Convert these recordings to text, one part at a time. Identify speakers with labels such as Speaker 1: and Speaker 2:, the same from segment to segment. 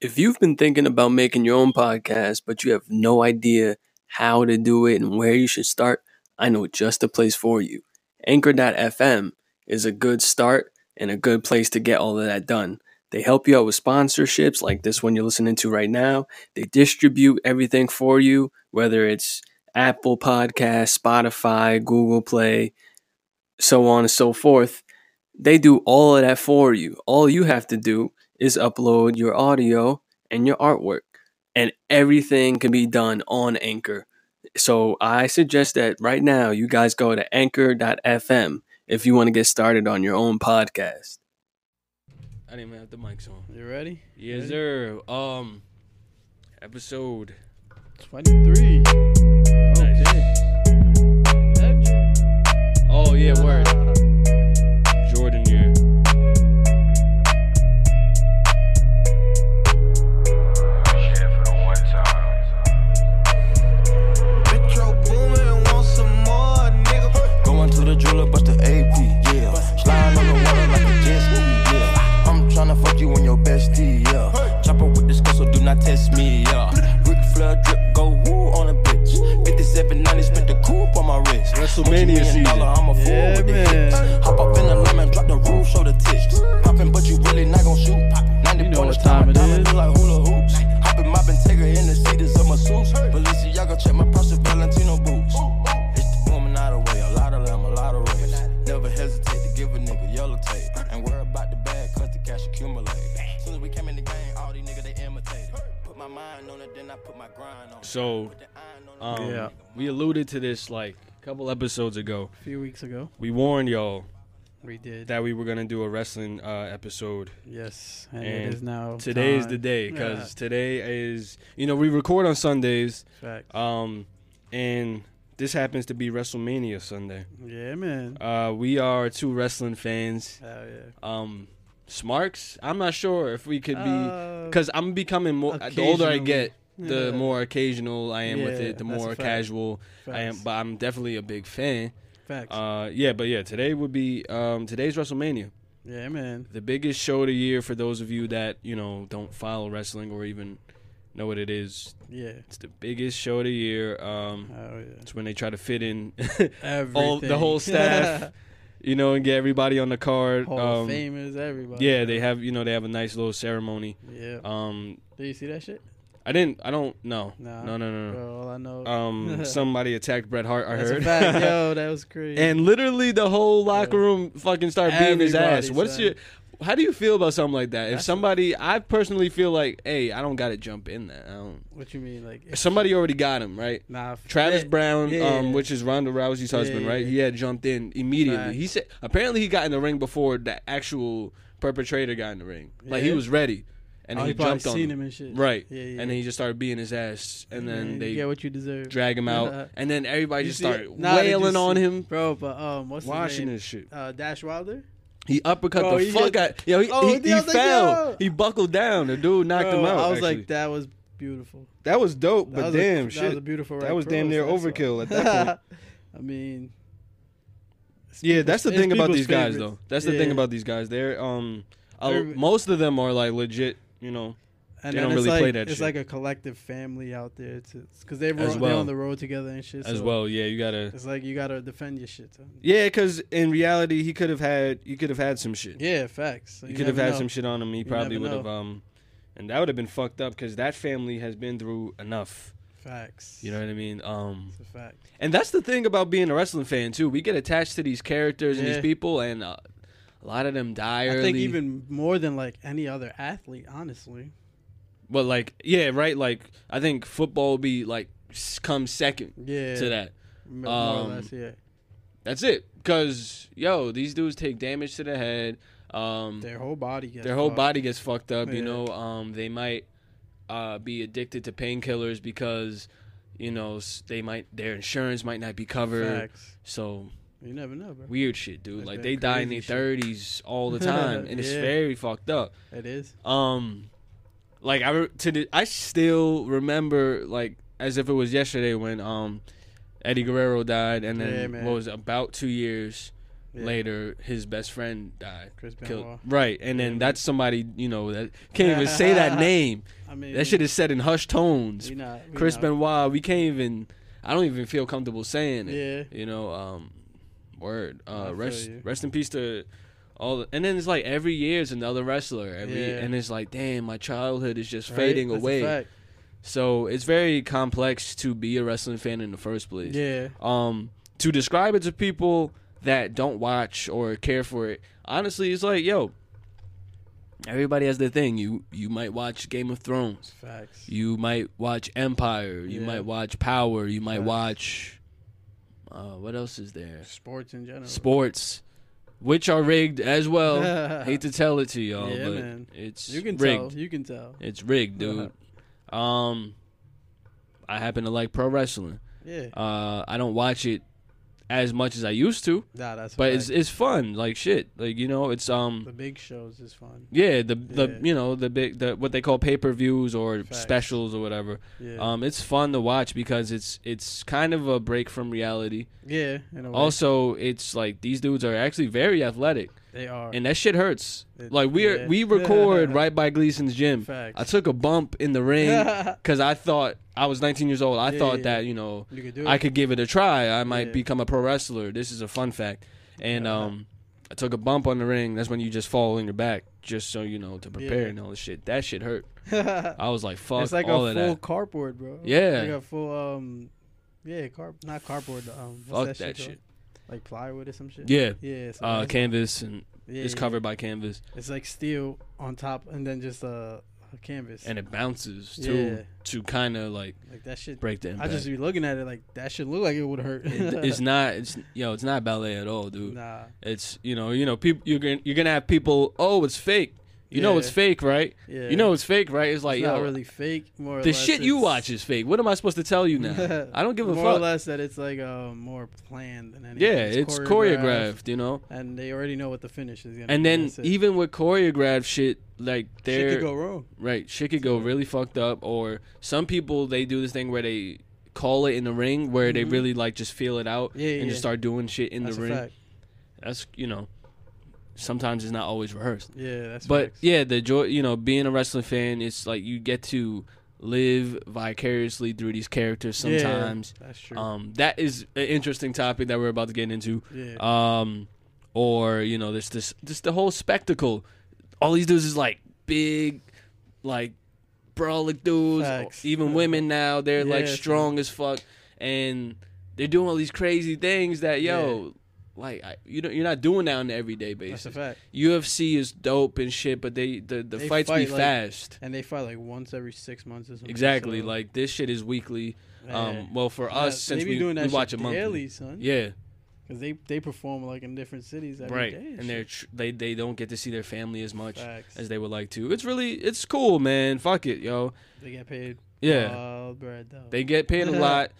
Speaker 1: If you've been thinking about making your own podcast, but you have no idea how to do it and where you should start, I know just the place for you. Anchor.fm is a good start and a good place to get all of that done. They help you out with sponsorships like this one you're listening to right now. They distribute everything for you, whether it's Apple Podcast, Spotify, Google Play, so on and so forth. They do all of that for you. All you have to do is upload your audio and your artwork, and everything can be done on Anchor. So I suggest that right now you guys go to anchor.fm if you want to get started on your own podcast. I didn't even have the mics on.
Speaker 2: You ready?
Speaker 1: Yes, sir. Um, episode.
Speaker 2: 23. Okay.
Speaker 1: Oh yeah, word. Jordan here.
Speaker 3: Shit for the one time.
Speaker 4: Metro booming, want some more, nigga. Going to the jeweler, bust the AP, yeah. Slide on the water like a jet ski, yeah. I'm tryna fuck you and your bestie, yeah. Chopper with this girl, so do not test me, yeah. Rick Flair drip, go woo on a bitch. 5790 spent the coupe on my wrist.
Speaker 2: WrestleMania
Speaker 4: Multi-million
Speaker 2: season.
Speaker 4: dollar, I'm a fool
Speaker 2: Yeah,
Speaker 4: with
Speaker 2: man.
Speaker 4: the hits. Hop up in the lemon, drop the roof, show the tits. Poppin', but you really not gon' shoot. 90
Speaker 2: You know
Speaker 4: pointers,
Speaker 2: what time it
Speaker 4: diamond,
Speaker 2: is.
Speaker 4: like hula hoops. Hopping, mopping, Tigger in the seats of my suits. Balenciaga check my price with Valentino boots. It's the booming out of way, a lot of them, a lot of race. Never hesitate to give a nigga yellow tape. And worry about the bag, cause the cash accumulate. Soon as we came in the game, all these niggas they imitated. Put my mind on it, then I put my grind on it.
Speaker 1: So,
Speaker 4: Put the iron on it.
Speaker 1: um,
Speaker 2: Yeah.
Speaker 1: we alluded to this like a couple episodes ago.
Speaker 2: A few weeks ago,
Speaker 1: We warned y'all
Speaker 2: we did.
Speaker 1: that we were gonna do a wrestling uh, episode.
Speaker 2: yes, and,
Speaker 1: and
Speaker 2: it is now.
Speaker 1: Today is
Speaker 2: time.
Speaker 1: the day because today is you know we record on Sundays,
Speaker 2: Yeah, fact.
Speaker 1: um, and this happens to be WrestleMania Sunday.
Speaker 2: yeah, man.
Speaker 1: Uh, we are two wrestling fans.
Speaker 2: Hell yeah.
Speaker 1: Um, Smarks, I'm not sure if we could be
Speaker 2: Uh,
Speaker 1: because I'm becoming more. The older I
Speaker 2: occasionally.
Speaker 1: get, the
Speaker 2: Yeah.
Speaker 1: more occasional I am with
Speaker 2: Yeah,
Speaker 1: it, the
Speaker 2: that's a
Speaker 1: more
Speaker 2: fact.
Speaker 1: casual I am.
Speaker 2: facts,
Speaker 1: But I'm definitely a big fan.
Speaker 2: facts.
Speaker 1: Uh, yeah, but yeah, today would be um, today's WrestleMania.
Speaker 2: yeah, man.
Speaker 1: the biggest show of the year for those of you that you know don't follow wrestling or even know what it is.
Speaker 2: Yeah.
Speaker 1: It's the biggest show of the year. Um,
Speaker 2: Oh yeah.
Speaker 1: it's when they try to fit in
Speaker 2: Everything.
Speaker 1: all the whole staff, you know, and get everybody on the card.
Speaker 2: Hall
Speaker 1: um,
Speaker 2: of Famers, everybody.
Speaker 1: yeah, they have you know they have a nice little ceremony.
Speaker 2: Yeah.
Speaker 1: Um,
Speaker 2: Did you see that shit?
Speaker 1: I didn't. I don't. No.
Speaker 2: Nah.
Speaker 1: No. No. No. no.
Speaker 2: Bro, all I know.
Speaker 1: Um, somebody attacked Bret Hart. I
Speaker 2: That's
Speaker 1: heard.
Speaker 2: a fact, yo. That was crazy.
Speaker 1: and literally the whole locker room fucking started beating his ass.
Speaker 2: Everybody's
Speaker 1: What's
Speaker 2: like-
Speaker 1: your how do you feel about something like that? If
Speaker 2: That's-
Speaker 1: somebody, I personally feel like, hey, I don't got to jump in that. I don't.
Speaker 2: what you mean, like?
Speaker 1: If somebody already got him right.
Speaker 2: Nah.
Speaker 1: Travis
Speaker 2: yeah,
Speaker 1: Brown,
Speaker 2: yeah,
Speaker 1: um,
Speaker 2: yeah.
Speaker 1: which is Ronda Rousey's husband,
Speaker 2: yeah,
Speaker 1: right?
Speaker 2: yeah.
Speaker 1: He had jumped in immediately. He said apparently he got in the ring before the actual perpetrator got in the ring. Like he
Speaker 2: Yeah.
Speaker 1: was ready, and
Speaker 2: Oh,
Speaker 1: he,
Speaker 2: he probably
Speaker 1: jumped on
Speaker 2: seen
Speaker 1: him.
Speaker 2: him and shit.
Speaker 1: right?
Speaker 2: Yeah, yeah.
Speaker 1: And then he just started beating his ass, and then
Speaker 2: Man,
Speaker 1: they
Speaker 2: you get what you deserve.
Speaker 1: drag him out, and then everybody
Speaker 2: You
Speaker 1: just
Speaker 2: see it?
Speaker 1: started
Speaker 2: Nah, they
Speaker 1: wailing
Speaker 2: just-
Speaker 1: on him,
Speaker 2: bro. But um, what's
Speaker 1: washing his
Speaker 2: his
Speaker 1: shit.
Speaker 2: name? Uh, Dash Wilder.
Speaker 1: He uppercut
Speaker 2: Bro,
Speaker 1: the
Speaker 2: he
Speaker 1: fuck
Speaker 2: just-
Speaker 1: out. Yo, he,
Speaker 2: Oh,
Speaker 1: he,
Speaker 2: dude,
Speaker 1: he
Speaker 2: I was like,
Speaker 1: fell.
Speaker 2: yo.
Speaker 1: He buckled down. The dude knocked
Speaker 2: Bro,
Speaker 1: him out.
Speaker 2: I was
Speaker 1: actually.
Speaker 2: like, that was beautiful.
Speaker 1: that was dope,
Speaker 2: That
Speaker 1: but
Speaker 2: was
Speaker 1: damn
Speaker 2: a,
Speaker 1: shit.
Speaker 2: That was a beautiful.
Speaker 1: That
Speaker 2: right
Speaker 1: was damn
Speaker 2: cross,
Speaker 1: near
Speaker 2: that's all.
Speaker 1: overkill at that point.
Speaker 2: I mean, it's
Speaker 1: yeah,
Speaker 2: people's-
Speaker 1: that's the
Speaker 2: it's
Speaker 1: thing about
Speaker 2: people's
Speaker 1: these guys, though.
Speaker 2: favorites.
Speaker 1: That's the thing
Speaker 2: Yeah.
Speaker 1: about these guys. They're um, a-
Speaker 2: They're-
Speaker 1: most of them are like legit. You know,
Speaker 2: and
Speaker 1: they
Speaker 2: then
Speaker 1: don't
Speaker 2: it's
Speaker 1: really
Speaker 2: like,
Speaker 1: play that
Speaker 2: It's
Speaker 1: shit.
Speaker 2: like a collective family out there, because they're
Speaker 1: As
Speaker 2: they're
Speaker 1: well.
Speaker 2: on the road together and shit.
Speaker 1: as
Speaker 2: so
Speaker 1: well. Yeah, you gotta.
Speaker 2: it's like you gotta defend your shit. Son.
Speaker 1: Yeah, because in reality, he could have had. You could have had some shit.
Speaker 2: Yeah, facts. So
Speaker 1: he could have
Speaker 2: never
Speaker 1: had
Speaker 2: know.
Speaker 1: some shit on him. He probably would
Speaker 2: never
Speaker 1: have
Speaker 2: know.
Speaker 1: um, and that would have been fucked up because that family has been through enough.
Speaker 2: Facts.
Speaker 1: You know what I mean? Um.
Speaker 2: it's a fact.
Speaker 1: And that's the thing about being a wrestling fan too. We get attached to these characters and these
Speaker 2: Yeah.
Speaker 1: people, and uh, a lot of them die early.
Speaker 2: I think even more than like any other athlete, honestly.
Speaker 1: but like, yeah, right. Like, I think football will be like s- come second
Speaker 2: Yeah.
Speaker 1: to that.
Speaker 2: m- More
Speaker 1: Um,
Speaker 2: or less, yeah.
Speaker 1: That's it. Cause yo, these dudes take damage to the head. Um,
Speaker 2: Their whole body gets
Speaker 1: their whole
Speaker 2: fucked.
Speaker 1: body gets fucked up. You
Speaker 2: Yeah.
Speaker 1: know, um, they might uh, be addicted to painkillers because you know s- they might their insurance might not be covered.
Speaker 2: Facts.
Speaker 1: So
Speaker 2: You never know, bro.
Speaker 1: weird shit, dude.
Speaker 2: Like
Speaker 1: Like
Speaker 2: that
Speaker 1: they die in their
Speaker 2: crazy shit.
Speaker 1: thirties all the time, and it's
Speaker 2: Yeah.
Speaker 1: very fucked up.
Speaker 2: It is.
Speaker 1: Um, like I re- to the, I still remember like as if it was yesterday when um Eddie Guerrero died, and
Speaker 2: Yeah,
Speaker 1: then
Speaker 2: man.
Speaker 1: what was it, about two years
Speaker 2: Yeah.
Speaker 5: Later, his best friend died.
Speaker 2: Chris
Speaker 5: Killed-
Speaker 2: Benoit.
Speaker 5: Right, and then that's somebody you know that can't even say that name.
Speaker 2: I mean,
Speaker 5: That shit is said in hushed tones.
Speaker 2: we not, we
Speaker 5: Chris
Speaker 2: not-
Speaker 5: Benoit, we can't even. I don't even feel comfortable saying it.
Speaker 2: Yeah.
Speaker 5: You know, um, word.
Speaker 2: I
Speaker 5: Uh,
Speaker 2: feel
Speaker 5: rest,
Speaker 2: you.
Speaker 5: rest in peace to all. The, and then it's like every year is another wrestler. Every
Speaker 2: Yeah.
Speaker 5: and it's like, damn, my childhood is just
Speaker 2: right?
Speaker 5: fading
Speaker 2: That's a
Speaker 5: away.
Speaker 2: fact.
Speaker 5: So it's very complex to be a wrestling fan in the first place.
Speaker 2: Yeah.
Speaker 5: Um, to describe it to people that don't watch or care for it, honestly, it's like, yo, everybody has their thing. You you might watch Game of Thrones.
Speaker 2: It's facts.
Speaker 5: You might watch Empire. You
Speaker 2: Yeah.
Speaker 5: might watch Power. You might
Speaker 2: Facts.
Speaker 5: watch. Uh, what else is there?
Speaker 2: Sports in general.
Speaker 5: Sports, which are rigged as well. Hate to tell it to y'all,
Speaker 2: Yeah,
Speaker 5: but
Speaker 2: man.
Speaker 5: it's
Speaker 2: you can
Speaker 5: rigged.
Speaker 2: tell. You can tell.
Speaker 5: It's rigged, dude. um, I happen to like pro wrestling.
Speaker 2: Yeah.
Speaker 5: Uh, I don't watch it as much as I used to,
Speaker 2: Nah, that's. a
Speaker 5: but
Speaker 2: fact.
Speaker 5: it's it's fun. Like shit. Like you know, it's um.
Speaker 2: the big shows is fun.
Speaker 5: Yeah, the the
Speaker 2: Yeah.
Speaker 5: you know the big the what they call pay per views or
Speaker 2: Facts.
Speaker 5: specials or whatever.
Speaker 2: Yeah.
Speaker 5: Um, it's fun to watch because it's it's kind of a break from reality.
Speaker 2: yeah. In a way,
Speaker 5: Also, it's like these dudes are actually very athletic,
Speaker 2: they are.
Speaker 5: and that shit hurts.
Speaker 2: It-
Speaker 5: Like we are
Speaker 2: yeah.
Speaker 5: we record right by Gleason's gym.
Speaker 2: Facts.
Speaker 5: I took a bump in the ring because I thought I was 19 years old. I
Speaker 2: Yeah,
Speaker 5: thought
Speaker 2: yeah,
Speaker 5: that
Speaker 2: yeah.
Speaker 5: you know
Speaker 2: you could do it.
Speaker 5: I could give it a try. I might
Speaker 2: Yeah.
Speaker 5: become a pro wrestler. This is a fun fact. And um, I took a bump on the ring. That's when you just fall on your back, just so you know to prepare
Speaker 2: Yeah.
Speaker 5: and all this shit. That shit hurt.
Speaker 2: it's
Speaker 5: I was like, fuck
Speaker 2: like
Speaker 5: all
Speaker 2: a
Speaker 5: of
Speaker 2: full
Speaker 5: that.
Speaker 2: cardboard, bro.
Speaker 5: Yeah.
Speaker 2: Like a full um. Yeah, carp not cardboard. Um,
Speaker 5: Fuck
Speaker 2: what's shit,
Speaker 5: that shit.
Speaker 2: called? Like plywood or some shit.
Speaker 5: Yeah.
Speaker 2: Yeah. It's
Speaker 5: Uh,
Speaker 2: like,
Speaker 5: canvas and
Speaker 2: yeah,
Speaker 5: it's
Speaker 2: yeah.
Speaker 5: covered by canvas
Speaker 2: It's like steel on top, and then just a, a canvas.
Speaker 5: and it bounces too
Speaker 2: Yeah.
Speaker 5: to kind of like
Speaker 2: like that shit.
Speaker 5: break the
Speaker 2: I
Speaker 5: impact.
Speaker 2: just be looking at it like that shit look like it would hurt.
Speaker 5: It- it's not it's yo it's not ballet at all, dude.
Speaker 2: nah.
Speaker 5: It's you know you know people you're gonna you're gonna have people oh it's fake. You know
Speaker 2: Yeah.
Speaker 5: it's fake, right?
Speaker 2: Yeah.
Speaker 5: You know it's fake, right? It's like
Speaker 2: it's
Speaker 5: yo,
Speaker 2: not really fake. More or
Speaker 5: the
Speaker 2: less
Speaker 5: shit you
Speaker 2: it's-
Speaker 5: watch is fake. What am I supposed to tell you now? I don't give a
Speaker 2: more or
Speaker 5: fuck.
Speaker 2: less that it's like uh, more planned than anything.
Speaker 5: yeah, it's choreographed, you know.
Speaker 2: and they already know what the finish is gonna.
Speaker 5: And
Speaker 2: be.
Speaker 5: then
Speaker 2: That's it.
Speaker 5: even with choreographed shit, like
Speaker 2: shit
Speaker 5: they're
Speaker 2: could go wrong.
Speaker 5: Right. Shit could go really fucked up. Or some people, they do this thing where they call it in the ring where they
Speaker 2: Mhm.
Speaker 5: really like just feel it out
Speaker 2: Yeah, yeah,
Speaker 5: and
Speaker 2: yeah.
Speaker 5: just start doing shit in
Speaker 2: that's
Speaker 5: the
Speaker 2: a
Speaker 5: ring.
Speaker 2: fact.
Speaker 5: That's, you know, sometimes it's not always rehearsed.
Speaker 2: Yeah, that's
Speaker 5: but
Speaker 2: facts.
Speaker 5: yeah, the joy, you know, being a wrestling fan, it's like you get to live vicariously through these characters
Speaker 2: Yeah,
Speaker 5: sometimes.
Speaker 2: that's true.
Speaker 5: Um, that is an interesting topic that we're about to get into.
Speaker 2: yeah,
Speaker 5: Um, or you know, there's this just the whole spectacle. All these dudes is like big, like brolic dudes.
Speaker 2: Facts.
Speaker 5: Even women now, they're like
Speaker 2: Yeah,
Speaker 5: strong as fuck, and they're doing all these crazy things that yo, like I, you know, you're not doing that on an everyday
Speaker 2: that's a
Speaker 5: basis.
Speaker 2: fact.
Speaker 5: UFC is dope and shit, but they the the
Speaker 2: They
Speaker 5: fights
Speaker 2: fight,
Speaker 5: be
Speaker 2: like-
Speaker 5: fast.
Speaker 2: And they fight like once every six months or something.
Speaker 5: Exactly,
Speaker 2: so,
Speaker 5: like this shit is weekly.
Speaker 2: yeah.
Speaker 5: Um, well for
Speaker 2: Yeah,
Speaker 5: us since
Speaker 2: they be
Speaker 5: we,
Speaker 2: doing that
Speaker 5: we
Speaker 2: shit
Speaker 5: watch it monthly.
Speaker 2: daily, son.
Speaker 5: Yeah,
Speaker 2: because they they perform like in different cities every
Speaker 5: right.
Speaker 2: day
Speaker 5: and they're tr- they they don't get to see their family as much.
Speaker 2: shit. facts.
Speaker 5: as they would like to. It's really it's cool, man. Fuck it, yo.
Speaker 2: They get paid.
Speaker 5: Yeah.
Speaker 2: wild bread though.
Speaker 5: they get paid a lot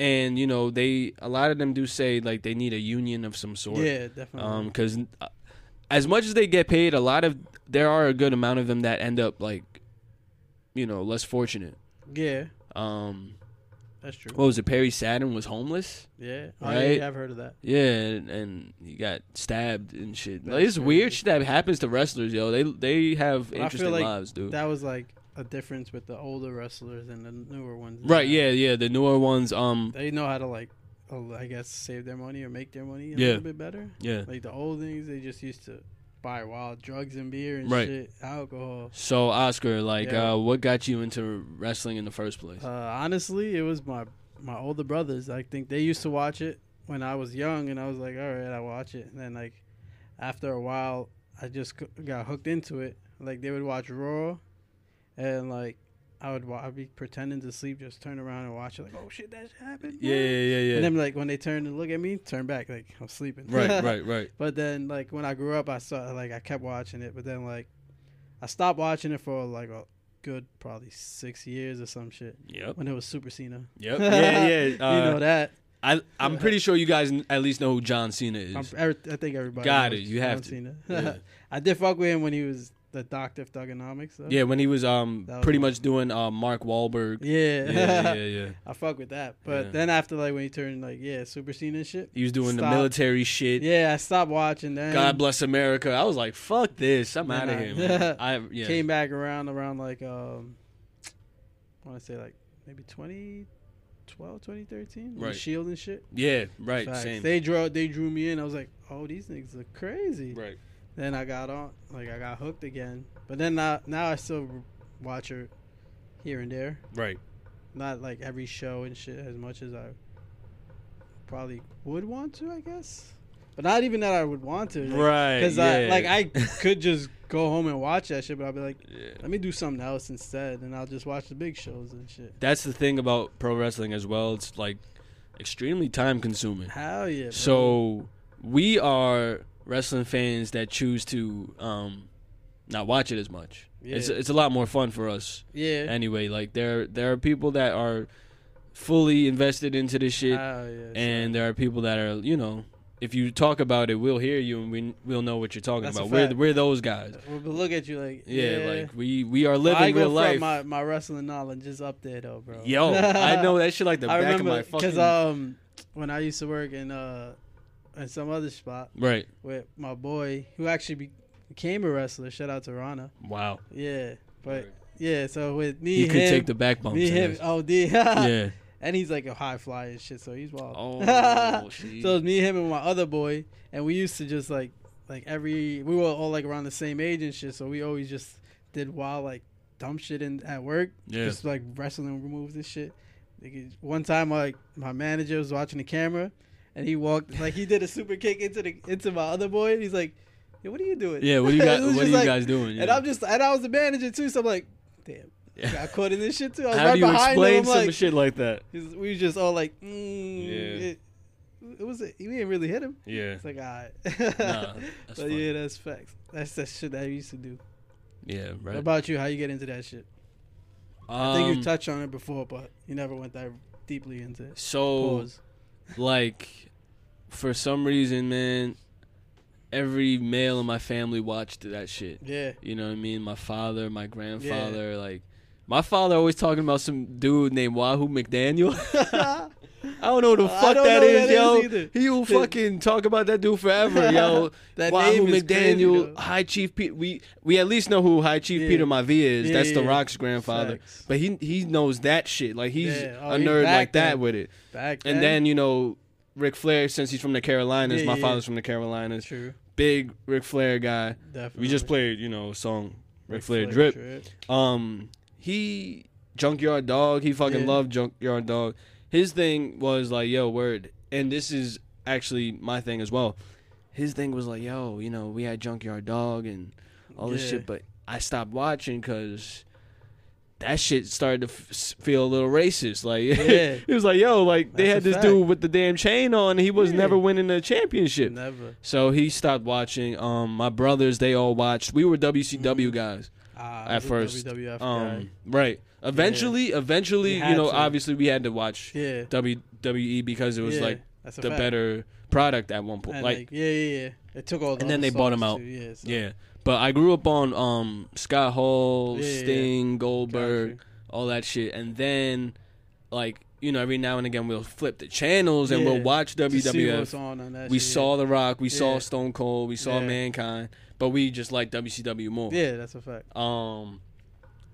Speaker 5: and you know, they a lot of them do say like they need a union of some sort.
Speaker 2: yeah, definitely.
Speaker 5: Um cuz as much as they get paid, a lot of there are a good amount of them that end up like you know, less fortunate.
Speaker 2: yeah,
Speaker 5: Um
Speaker 2: that's true.
Speaker 5: what was it? Perry Saturn was homeless?
Speaker 2: yeah, Oh, yeah,
Speaker 5: right?
Speaker 2: yeah, I've heard of that.
Speaker 5: Yeah, and, and he got stabbed and shit. Like,
Speaker 2: That's
Speaker 5: it's weird
Speaker 2: crazy.
Speaker 5: shit that happens to wrestlers, yo. They they have
Speaker 2: feel
Speaker 5: interesting
Speaker 2: like
Speaker 5: lives, dude.
Speaker 2: That was like a difference with the older wrestlers and the newer ones.
Speaker 5: right,
Speaker 2: now.
Speaker 5: yeah, yeah. The newer ones, um
Speaker 2: They know how to like, oh, I guess, save their money or make their money a
Speaker 5: Yeah.
Speaker 2: little bit better.
Speaker 5: yeah.
Speaker 2: Like the old things, they just used to buy wild drugs and beer and
Speaker 5: Right.
Speaker 2: shit, alcohol.
Speaker 5: So Oscar, like,
Speaker 2: Yeah.
Speaker 5: uh, what got you into wrestling in the first place?
Speaker 2: Uh, honestly, it was my my older brothers. I think they used to watch it when I was young, and I was like, all right, I watch it. And then like after a while, I just c- got hooked into it. Like they would watch Raw, and like I would wa- I'd be pretending to sleep, just turn around and watch it. Like oh shit, that shit happened.
Speaker 5: yeah,
Speaker 2: what?"
Speaker 5: yeah, yeah,
Speaker 2: And
Speaker 5: yeah.
Speaker 2: then like when they turn to look at me, turn back like I'm sleeping.
Speaker 5: right, right, right.
Speaker 2: But then, like when I grew up, I saw like I kept watching it, but then like I stopped watching it for like a good probably six years or some shit
Speaker 5: Yep,
Speaker 2: when it was Super Cena.
Speaker 5: yep. Yeah, yeah. Uh,
Speaker 2: you know that.
Speaker 5: I, I'm pretty sure you guys n- at least know who John Cena
Speaker 2: I'm,
Speaker 5: is.
Speaker 2: every- I think everybody
Speaker 5: Got
Speaker 2: knows
Speaker 5: it, you have
Speaker 2: John
Speaker 5: to.
Speaker 2: Cena.
Speaker 5: Yeah.
Speaker 2: I did fuck with him when he was the Doctor of Thugonomics. Though.
Speaker 5: Yeah, when he was um
Speaker 2: That was
Speaker 5: pretty
Speaker 2: my-
Speaker 5: much doing uh, Mark Wahlberg.
Speaker 2: Yeah.
Speaker 5: Yeah, yeah, yeah.
Speaker 2: I fuck with that. But
Speaker 5: Yeah.
Speaker 2: then after like when he turned like yeah, super scene and shit.
Speaker 5: He was doing
Speaker 2: Stop.
Speaker 5: the military shit.
Speaker 2: Yeah, I stopped watching then.
Speaker 5: God bless America. I was like, fuck this. I'm
Speaker 2: Then
Speaker 5: out of
Speaker 2: I-
Speaker 5: here. man. I yeah.
Speaker 2: Came back around around like um I want to say like maybe 2012, 2013, with
Speaker 5: Right.
Speaker 2: Shield and shit.
Speaker 5: yeah, right,
Speaker 2: Facts.
Speaker 5: same.
Speaker 2: They drew they drew me in. I was like, "Oh, these niggas look crazy."
Speaker 5: right.
Speaker 2: Then I got on, like I got hooked again. But then now, now I still watch her here and there.
Speaker 5: Right.
Speaker 2: Not like every show and shit as much as I probably would want to, I guess. But not even that I would want to. Like,
Speaker 5: Right.
Speaker 2: Cause
Speaker 5: yeah.
Speaker 2: I like I could just go home and watch that shit, but I'll be like,
Speaker 5: Yeah.
Speaker 2: let me do something else instead, and I'll just watch the big shows and shit.
Speaker 5: That's the thing about pro wrestling as well. It's like extremely time consuming.
Speaker 2: Hell yeah! Bro.
Speaker 5: So we are wrestling fans that choose to um not watch it as much. It's
Speaker 2: Yeah.
Speaker 5: it's a lot more fun for us
Speaker 2: yeah,
Speaker 5: anyway. Like there there are people that are fully invested into this shit
Speaker 2: Hell yeah,
Speaker 5: and there are people that are, you know, if you talk about it, we'll hear you and we we'll know what you're talking
Speaker 2: That's a
Speaker 5: about. We're
Speaker 2: fact.
Speaker 5: we're those guys.
Speaker 2: so, we'll look at you like
Speaker 5: Yeah,
Speaker 2: yeah,
Speaker 5: like we we are living
Speaker 2: I go
Speaker 5: real
Speaker 2: from
Speaker 5: life.
Speaker 2: My, my wrestling knowledge is up there though, bro.
Speaker 5: Yo, I know that shit like the
Speaker 2: I
Speaker 5: back of
Speaker 2: remember
Speaker 5: my
Speaker 2: because
Speaker 5: fucking
Speaker 2: um when I used to work in uh in some other spot
Speaker 5: right.
Speaker 2: with my boy who actually be, became a wrestler. Shout out to Rana.
Speaker 5: Wow,
Speaker 2: Yeah, but yeah. So with me,
Speaker 5: you
Speaker 2: him,
Speaker 5: could take the back bumps.
Speaker 2: me him.
Speaker 5: yes.
Speaker 2: Oh, D.
Speaker 5: yeah.
Speaker 2: And he's like a high flyer and shit, so he's wild.
Speaker 5: Oh, shit.
Speaker 2: so it's me, him, and my other boy, and we used to just like like every we were all like around the same age and shit, so we always just did wild like dumb shit in at work,
Speaker 5: Yeah.
Speaker 2: just like wrestling moves and shit. Nigga, One time, like my manager was watching the camera, and he walked like he did a super kick into the into my other boy, and he's like, "Yo, what are you doing?
Speaker 5: Yeah, what do you
Speaker 2: It
Speaker 5: guys?
Speaker 2: was
Speaker 5: What are
Speaker 2: just
Speaker 5: you
Speaker 2: like-
Speaker 5: guys doing?
Speaker 2: And
Speaker 5: Yeah.
Speaker 2: I'm just and I was the manager too, so I'm like, damn,
Speaker 5: Yeah.
Speaker 2: got caught in this shit too. I was
Speaker 5: How
Speaker 2: right
Speaker 5: do you
Speaker 2: behind
Speaker 5: explain
Speaker 2: him. I'm
Speaker 5: some
Speaker 2: like,
Speaker 5: shit like that?
Speaker 2: He's, we was just all like, mm,
Speaker 5: Yeah.
Speaker 2: It, it was we didn't really hit him.
Speaker 5: Yeah,
Speaker 2: It's like, all right.
Speaker 5: Nah, that's
Speaker 2: but
Speaker 5: fun.
Speaker 2: yeah, that's facts. That's that shit that I used to do.
Speaker 5: yeah, right. Um,
Speaker 2: What about you? How you get into that shit? I think you touched on it before, but you never went that deeply into it.
Speaker 5: so
Speaker 2: Pause.
Speaker 5: like, for some reason, man, every male in my family watched that shit.
Speaker 2: Yeah.
Speaker 5: You know what I mean? My father, my grandfather, like. My father always talking about some dude named Wahoo McDaniel. I don't know who the
Speaker 2: I
Speaker 5: fuck
Speaker 2: don't
Speaker 5: that
Speaker 2: know who
Speaker 5: is,
Speaker 2: that
Speaker 5: yo.
Speaker 2: is either.
Speaker 5: he will fucking talk about that dude forever, yo.
Speaker 2: That
Speaker 5: Wahoo
Speaker 2: name is crazy,
Speaker 5: McDaniel,
Speaker 2: though.
Speaker 5: High Chief Peter. We we at least know who High Chief
Speaker 2: Yeah.
Speaker 5: Peter Maivia is.
Speaker 2: Yeah,
Speaker 5: That's the
Speaker 2: yeah.
Speaker 5: Rock's grandfather.
Speaker 2: Facts.
Speaker 5: But he he knows that shit. Like he's
Speaker 2: Yeah. Oh,
Speaker 5: a
Speaker 2: he
Speaker 5: nerd
Speaker 2: back
Speaker 5: like that
Speaker 2: then.
Speaker 5: with it.
Speaker 2: Back
Speaker 5: And then you know Ric Flair, since he's from the Carolinas,
Speaker 2: Yeah,
Speaker 5: my
Speaker 2: yeah.
Speaker 5: father's from the Carolinas.
Speaker 2: true,
Speaker 5: Big Ric Flair guy.
Speaker 2: definitely.
Speaker 5: We just played you know a song Ric
Speaker 2: Ric
Speaker 5: Flair drip.
Speaker 2: Drip.
Speaker 5: Um, he Junkyard Dog. He fucking
Speaker 2: Yeah.
Speaker 5: loved Junkyard Dog. His thing was like, yo, word. And this is actually my thing as well. His thing was like, yo, you know, we had Junkyard Dog and all this
Speaker 2: Yeah.
Speaker 5: shit, but I stopped watching because that shit started to f- s- feel a little racist. Like,
Speaker 2: Yeah.
Speaker 5: it was like, yo, like they
Speaker 2: That's
Speaker 5: had
Speaker 2: a
Speaker 5: this
Speaker 2: fact.
Speaker 5: dude with the damn chain on. And he was
Speaker 2: Yeah.
Speaker 5: never winning a championship.
Speaker 2: Never.
Speaker 5: So he stopped watching. Um, my brothers, they all watched. We were WCW guys
Speaker 2: Ah, I
Speaker 5: at
Speaker 2: was a
Speaker 5: first.
Speaker 2: WWF guy.
Speaker 5: um, right. Eventually, eventually,
Speaker 2: You
Speaker 5: you,
Speaker 2: had
Speaker 5: know,
Speaker 2: to.
Speaker 5: obviously, we had to watch
Speaker 2: Yeah.
Speaker 5: WWE because it was
Speaker 2: Yeah,
Speaker 5: like
Speaker 2: that's a
Speaker 5: the
Speaker 2: fact.
Speaker 5: better product at one point.
Speaker 2: And,
Speaker 5: Like,
Speaker 2: like, yeah, yeah, yeah. It took all. The
Speaker 5: And then
Speaker 2: other
Speaker 5: they bought him
Speaker 2: songs,
Speaker 5: out.
Speaker 2: too, Yeah. so-
Speaker 5: yeah. But I grew up on um, Scott Hall,
Speaker 2: Yeah, yeah, yeah.
Speaker 5: Sting, Goldberg,
Speaker 2: Gotcha.
Speaker 5: all that shit, and then like you know, every now and again we'll flip the channels and
Speaker 2: Yeah.
Speaker 5: we'll watch
Speaker 2: To see what's
Speaker 5: WWF.
Speaker 2: on on that
Speaker 5: We
Speaker 2: shit, yeah.
Speaker 5: saw The Rock, we
Speaker 2: Yeah.
Speaker 5: saw Stone Cold, we saw
Speaker 2: Yeah.
Speaker 5: Mankind, but we just liked WCW more.
Speaker 2: Yeah, that's a fact.
Speaker 5: Um,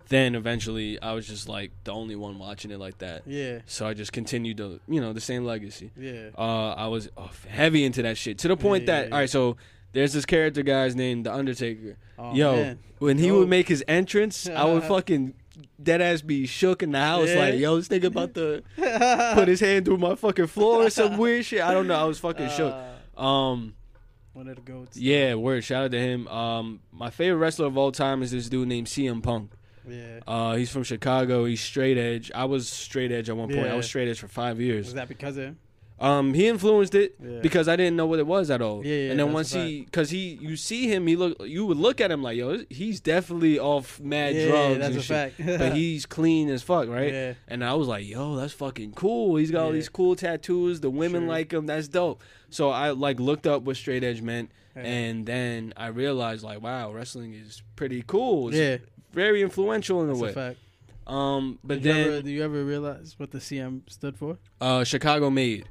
Speaker 5: then eventually, I was just like the only one watching it like that.
Speaker 2: Yeah,
Speaker 5: So I just continued the, you know, the same legacy.
Speaker 2: yeah.
Speaker 5: Uh, I was oh, heavy into that shit to the point
Speaker 2: Yeah, yeah,
Speaker 5: that
Speaker 2: yeah.
Speaker 5: all right. So there's this character guy's named the Undertaker.
Speaker 2: Oh,
Speaker 5: Yo,
Speaker 2: man.
Speaker 5: when he
Speaker 2: Dope.
Speaker 5: would make his entrance, I would fucking dead ass be shook in the house
Speaker 2: Yeah.
Speaker 5: like, yo, this nigga about to put his hand through my fucking floor or some weird shit. I don't know. I was fucking
Speaker 2: Uh,
Speaker 5: shook. Um.
Speaker 2: one of the goats.
Speaker 5: Yeah, word. Shout out to him. Um, my favorite wrestler of all time is this dude named CM Punk.
Speaker 2: Yeah.
Speaker 5: Uh, he's from Chicago. He's straight edge. I was straight edge at one point. I was
Speaker 2: Yeah.
Speaker 5: straight edge for five
Speaker 2: Was
Speaker 5: years.
Speaker 2: that because of him?
Speaker 5: Um, he influenced it
Speaker 2: Yeah.
Speaker 5: because I didn't know what it was at all.
Speaker 2: Yeah, yeah,
Speaker 5: and then
Speaker 2: that's
Speaker 5: once
Speaker 2: a
Speaker 5: he, cause he, you see him, he look, you would look at him like, yo, he's definitely off mad
Speaker 2: Yeah,
Speaker 5: drugs.
Speaker 2: that's
Speaker 5: and
Speaker 2: a
Speaker 5: shit.
Speaker 2: fact.
Speaker 5: but he's clean as fuck, right?
Speaker 2: Yeah.
Speaker 5: And I was like, yo, that's fucking cool. He's got all
Speaker 2: Yeah.
Speaker 5: these cool tattoos. The women
Speaker 2: True.
Speaker 5: like him. That's dope. So I like looked up what straight edge meant,
Speaker 2: Yeah.
Speaker 5: and then I realized like, wow, wrestling is pretty cool. It's
Speaker 2: yeah,
Speaker 5: very influential in a
Speaker 2: that's a
Speaker 5: way.
Speaker 2: fact.
Speaker 5: Um, but
Speaker 2: do, you
Speaker 5: then
Speaker 2: ever, do you ever realize what the CM stood for?
Speaker 5: uh, Chicago made.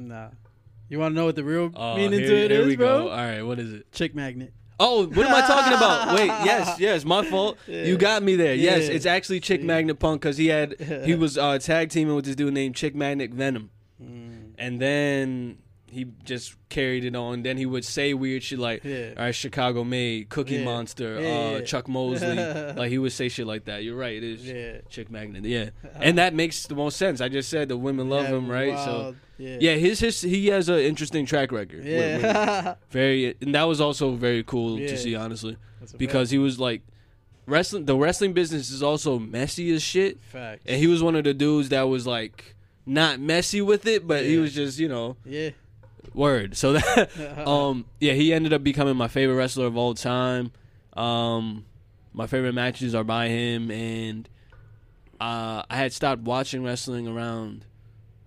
Speaker 2: Nah. You want to know what the real
Speaker 5: Oh,
Speaker 2: meaning
Speaker 5: here,
Speaker 2: to it
Speaker 5: here
Speaker 2: is,
Speaker 5: we
Speaker 2: bro?
Speaker 5: go. All right, what is it?
Speaker 2: Chick magnet.
Speaker 5: Oh, what am I talking about? Wait, yes, yes, my fault. You got me there. Yes,
Speaker 2: Yeah.
Speaker 5: it's actually Chick Magnet Punk because he had he was uh, tag teaming with this dude named Chick Magnet Venom, and then he just carried it on. Then he would say weird shit like,
Speaker 2: Yeah.
Speaker 5: "All right, Chicago made Cookie
Speaker 2: Yeah.
Speaker 5: Monster,
Speaker 2: Yeah, yeah,
Speaker 5: uh,
Speaker 2: yeah.
Speaker 5: Chuck Mosley." like he would say shit like that. You're right. It is
Speaker 2: Yeah.
Speaker 5: Chick Magnet. Yeah, and that makes the most sense. I just said the women love
Speaker 2: Yeah,
Speaker 5: him, right? So
Speaker 2: wild. yeah.
Speaker 5: yeah, his, his he has an interesting track record. with women.
Speaker 2: Yeah.
Speaker 5: Very, and that was also very cool
Speaker 2: Yeah.
Speaker 5: to see, honestly,
Speaker 2: That's a
Speaker 5: because he was like, wrestling. The wrestling business is also messy as shit,
Speaker 2: fact.
Speaker 5: and he was one of the dudes that was like not messy with it, but he
Speaker 2: Yeah.
Speaker 5: was just you know
Speaker 2: yeah.
Speaker 5: word. So that, um, yeah, he ended up becoming my favorite wrestler of all time. Um, my favorite matches are by him, and uh, I had stopped watching wrestling around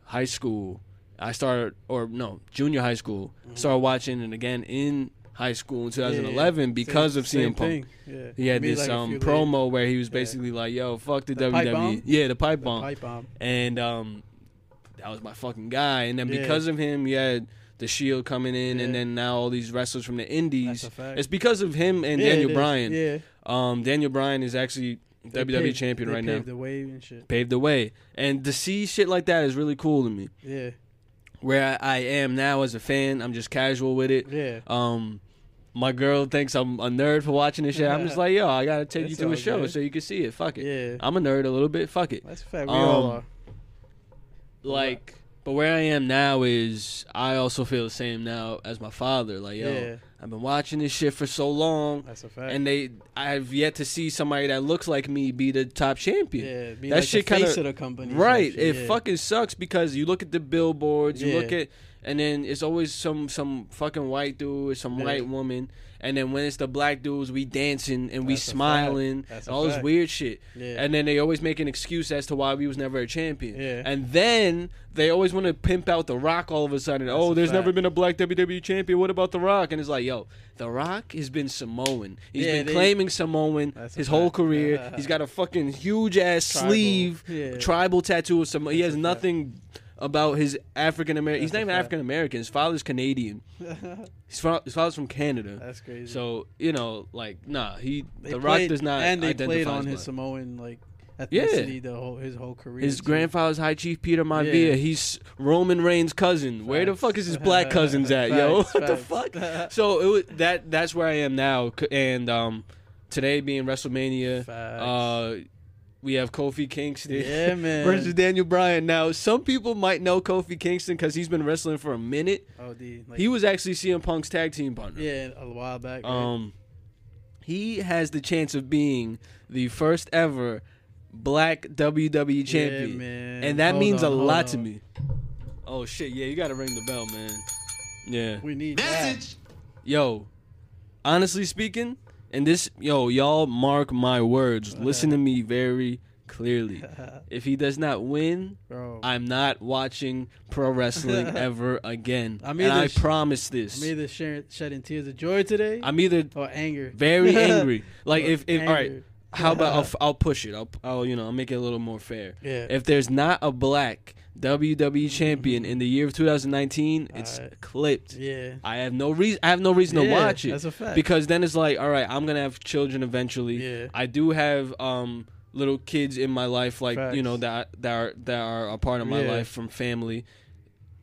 Speaker 5: high school. I started, or no, junior high school. Started watching it again in high school in 2011
Speaker 2: Mm-hmm. Yeah.
Speaker 5: because
Speaker 2: Same-
Speaker 5: of CM
Speaker 2: same
Speaker 5: Punk.
Speaker 2: thing. Yeah.
Speaker 5: He had
Speaker 2: Me,
Speaker 5: this
Speaker 2: like, a
Speaker 5: um,
Speaker 2: few
Speaker 5: promo where he was
Speaker 2: Yeah.
Speaker 5: basically like, "Yo, fuck the,
Speaker 2: The pipe
Speaker 5: WWE."
Speaker 2: bomb?
Speaker 5: Yeah, the pipe
Speaker 2: ladies.
Speaker 5: bomb
Speaker 2: Pipe bomb.
Speaker 5: and um, that was my fucking guy. And then
Speaker 2: Yeah.
Speaker 5: because of him, you had the Shield coming in, and
Speaker 2: Yeah.
Speaker 5: then now all these wrestlers from the Indies.
Speaker 2: That's a fact.
Speaker 5: It's because of him and
Speaker 2: Yeah, it
Speaker 5: Daniel
Speaker 2: is.
Speaker 5: Bryan.
Speaker 2: Yeah.
Speaker 5: Um, Daniel Bryan is actually
Speaker 2: They
Speaker 5: WWE
Speaker 2: paved-
Speaker 5: champion
Speaker 2: they
Speaker 5: right now.
Speaker 2: paved The wave and shit.
Speaker 5: Paved the way, and to see shit like that is really cool to me.
Speaker 2: Yeah.
Speaker 5: Where I, I am now as a fan, I'm just casual with it.
Speaker 2: Yeah.
Speaker 5: Um, my girl thinks I'm a nerd for watching this shit. I'm just like, yo, I gotta take
Speaker 2: That's
Speaker 5: you to a
Speaker 2: all
Speaker 5: show
Speaker 2: good.
Speaker 5: so you can see it. Fuck it.
Speaker 2: Yeah.
Speaker 5: I'm a nerd a little bit. Fuck it.
Speaker 2: That's a fact. We all
Speaker 5: Um,
Speaker 2: are.
Speaker 5: like but where I am now is I also feel the same now as my father. Like, yo,
Speaker 2: Yeah.
Speaker 5: I've been watching this shit for so long
Speaker 2: That's a fact.
Speaker 5: and they I've yet to see somebody that looks like me be the top champion.
Speaker 2: yeah. Be
Speaker 5: that
Speaker 2: like
Speaker 5: shit
Speaker 2: the face
Speaker 5: kinda-
Speaker 2: of the company.
Speaker 5: Right. eh,
Speaker 2: Shit.
Speaker 5: It
Speaker 2: yeah.
Speaker 5: fucking sucks because you look at the billboards, you look
Speaker 2: Yeah.
Speaker 5: at and then it's always some some fucking white dude, some
Speaker 2: Yeah.
Speaker 5: white woman, and then when it's the black dudes, we dancing and we
Speaker 2: That's a fact.
Speaker 5: smiling,
Speaker 2: That's a
Speaker 5: all this
Speaker 2: fact.
Speaker 5: weird shit.
Speaker 2: Yeah.
Speaker 5: And then they always make an excuse as to why we was never a champion.
Speaker 2: Yeah.
Speaker 5: And then they always want to pimp out the Rock all of a sudden. oh,
Speaker 2: a
Speaker 5: there's never
Speaker 2: fact.
Speaker 5: been a black WWE champion. What about the Rock? And it's like, yo, the Rock has been Samoan. He's
Speaker 2: Yeah,
Speaker 5: been
Speaker 2: they-
Speaker 5: claiming Samoan
Speaker 2: That's a
Speaker 5: his whole
Speaker 2: fact.
Speaker 5: career. He's got a fucking huge ass
Speaker 2: Tribal.
Speaker 5: sleeve,
Speaker 2: Yeah.
Speaker 5: tribal tattoo of some. He has
Speaker 2: a fact.
Speaker 5: nothing about his African American. He's
Speaker 2: That's
Speaker 5: not
Speaker 2: a
Speaker 5: even
Speaker 2: fact.
Speaker 5: African American. His father's Canadian. his, fa- his father's from Canada.
Speaker 2: That's crazy.
Speaker 5: so you know, like, nah, he
Speaker 2: They
Speaker 5: the Rock
Speaker 2: played-
Speaker 5: does not.
Speaker 2: And they
Speaker 5: identify
Speaker 2: played
Speaker 5: as
Speaker 2: on
Speaker 5: black.
Speaker 2: his Samoan like
Speaker 5: Yeah.
Speaker 2: ethnicity the whole his whole career.
Speaker 5: His
Speaker 2: too.
Speaker 5: grandfather's High Chief Peter Maivia.
Speaker 2: Yeah.
Speaker 5: He's Roman Reigns' cousin. Where the
Speaker 2: Facts.
Speaker 5: fuck is his black cousins at, yo?
Speaker 2: Facts,
Speaker 5: what the
Speaker 2: facts.
Speaker 5: fuck? so it was, that that's where I am now. C- And um, today being WrestleMania,
Speaker 2: Facts.
Speaker 5: uh, we have Kofi Kingston
Speaker 2: Yeah, man.
Speaker 5: versus Daniel Bryan. Now some people might know Kofi Kingston because he's been wrestling for a minute.
Speaker 2: Oh, dude, like,
Speaker 5: He was actually CM Punk's tag team partner.
Speaker 2: yeah a while back. right?
Speaker 5: Um, he has the chance of being the first ever black WWE champion,
Speaker 2: man.
Speaker 5: and that
Speaker 2: Hold
Speaker 5: means
Speaker 2: on,
Speaker 5: a
Speaker 2: hold
Speaker 5: lot to
Speaker 2: on.
Speaker 5: me. Oh shit! Yeah, you gotta ring the bell, man. Yeah,
Speaker 2: we need message.
Speaker 5: yo. Honestly speaking, and this, yo, y'all mark my words. Listen to me very clearly. If he does not win,
Speaker 2: bro.
Speaker 5: I'm not watching pro wrestling ever again. I
Speaker 2: I'm
Speaker 5: mean,
Speaker 2: either
Speaker 5: I
Speaker 2: sh-
Speaker 5: promise this.
Speaker 2: I'm either sharing, shedding tears of joy today
Speaker 5: I'm either
Speaker 2: or anger.
Speaker 5: very angry. Like if, if all right,
Speaker 2: Angry.
Speaker 5: how about I'll, f- I'll push it. I'll, I'll you know I'll make it a little more fair.
Speaker 2: Yeah.
Speaker 5: If there's not a black WWE champion in the year of 2019, it's
Speaker 2: Alright.
Speaker 5: clipped.
Speaker 2: Mm. yeah.
Speaker 5: I have no reason. I have no reason to
Speaker 2: Yeah,
Speaker 5: watch it.
Speaker 2: that's a fact.
Speaker 5: Because then it's like, all right, I'm gonna have children eventually.
Speaker 2: Yeah.
Speaker 5: I do have um little kids in my life, like you
Speaker 2: Facts.
Speaker 5: know that that are that are a part of my
Speaker 2: Yeah.
Speaker 5: life from family.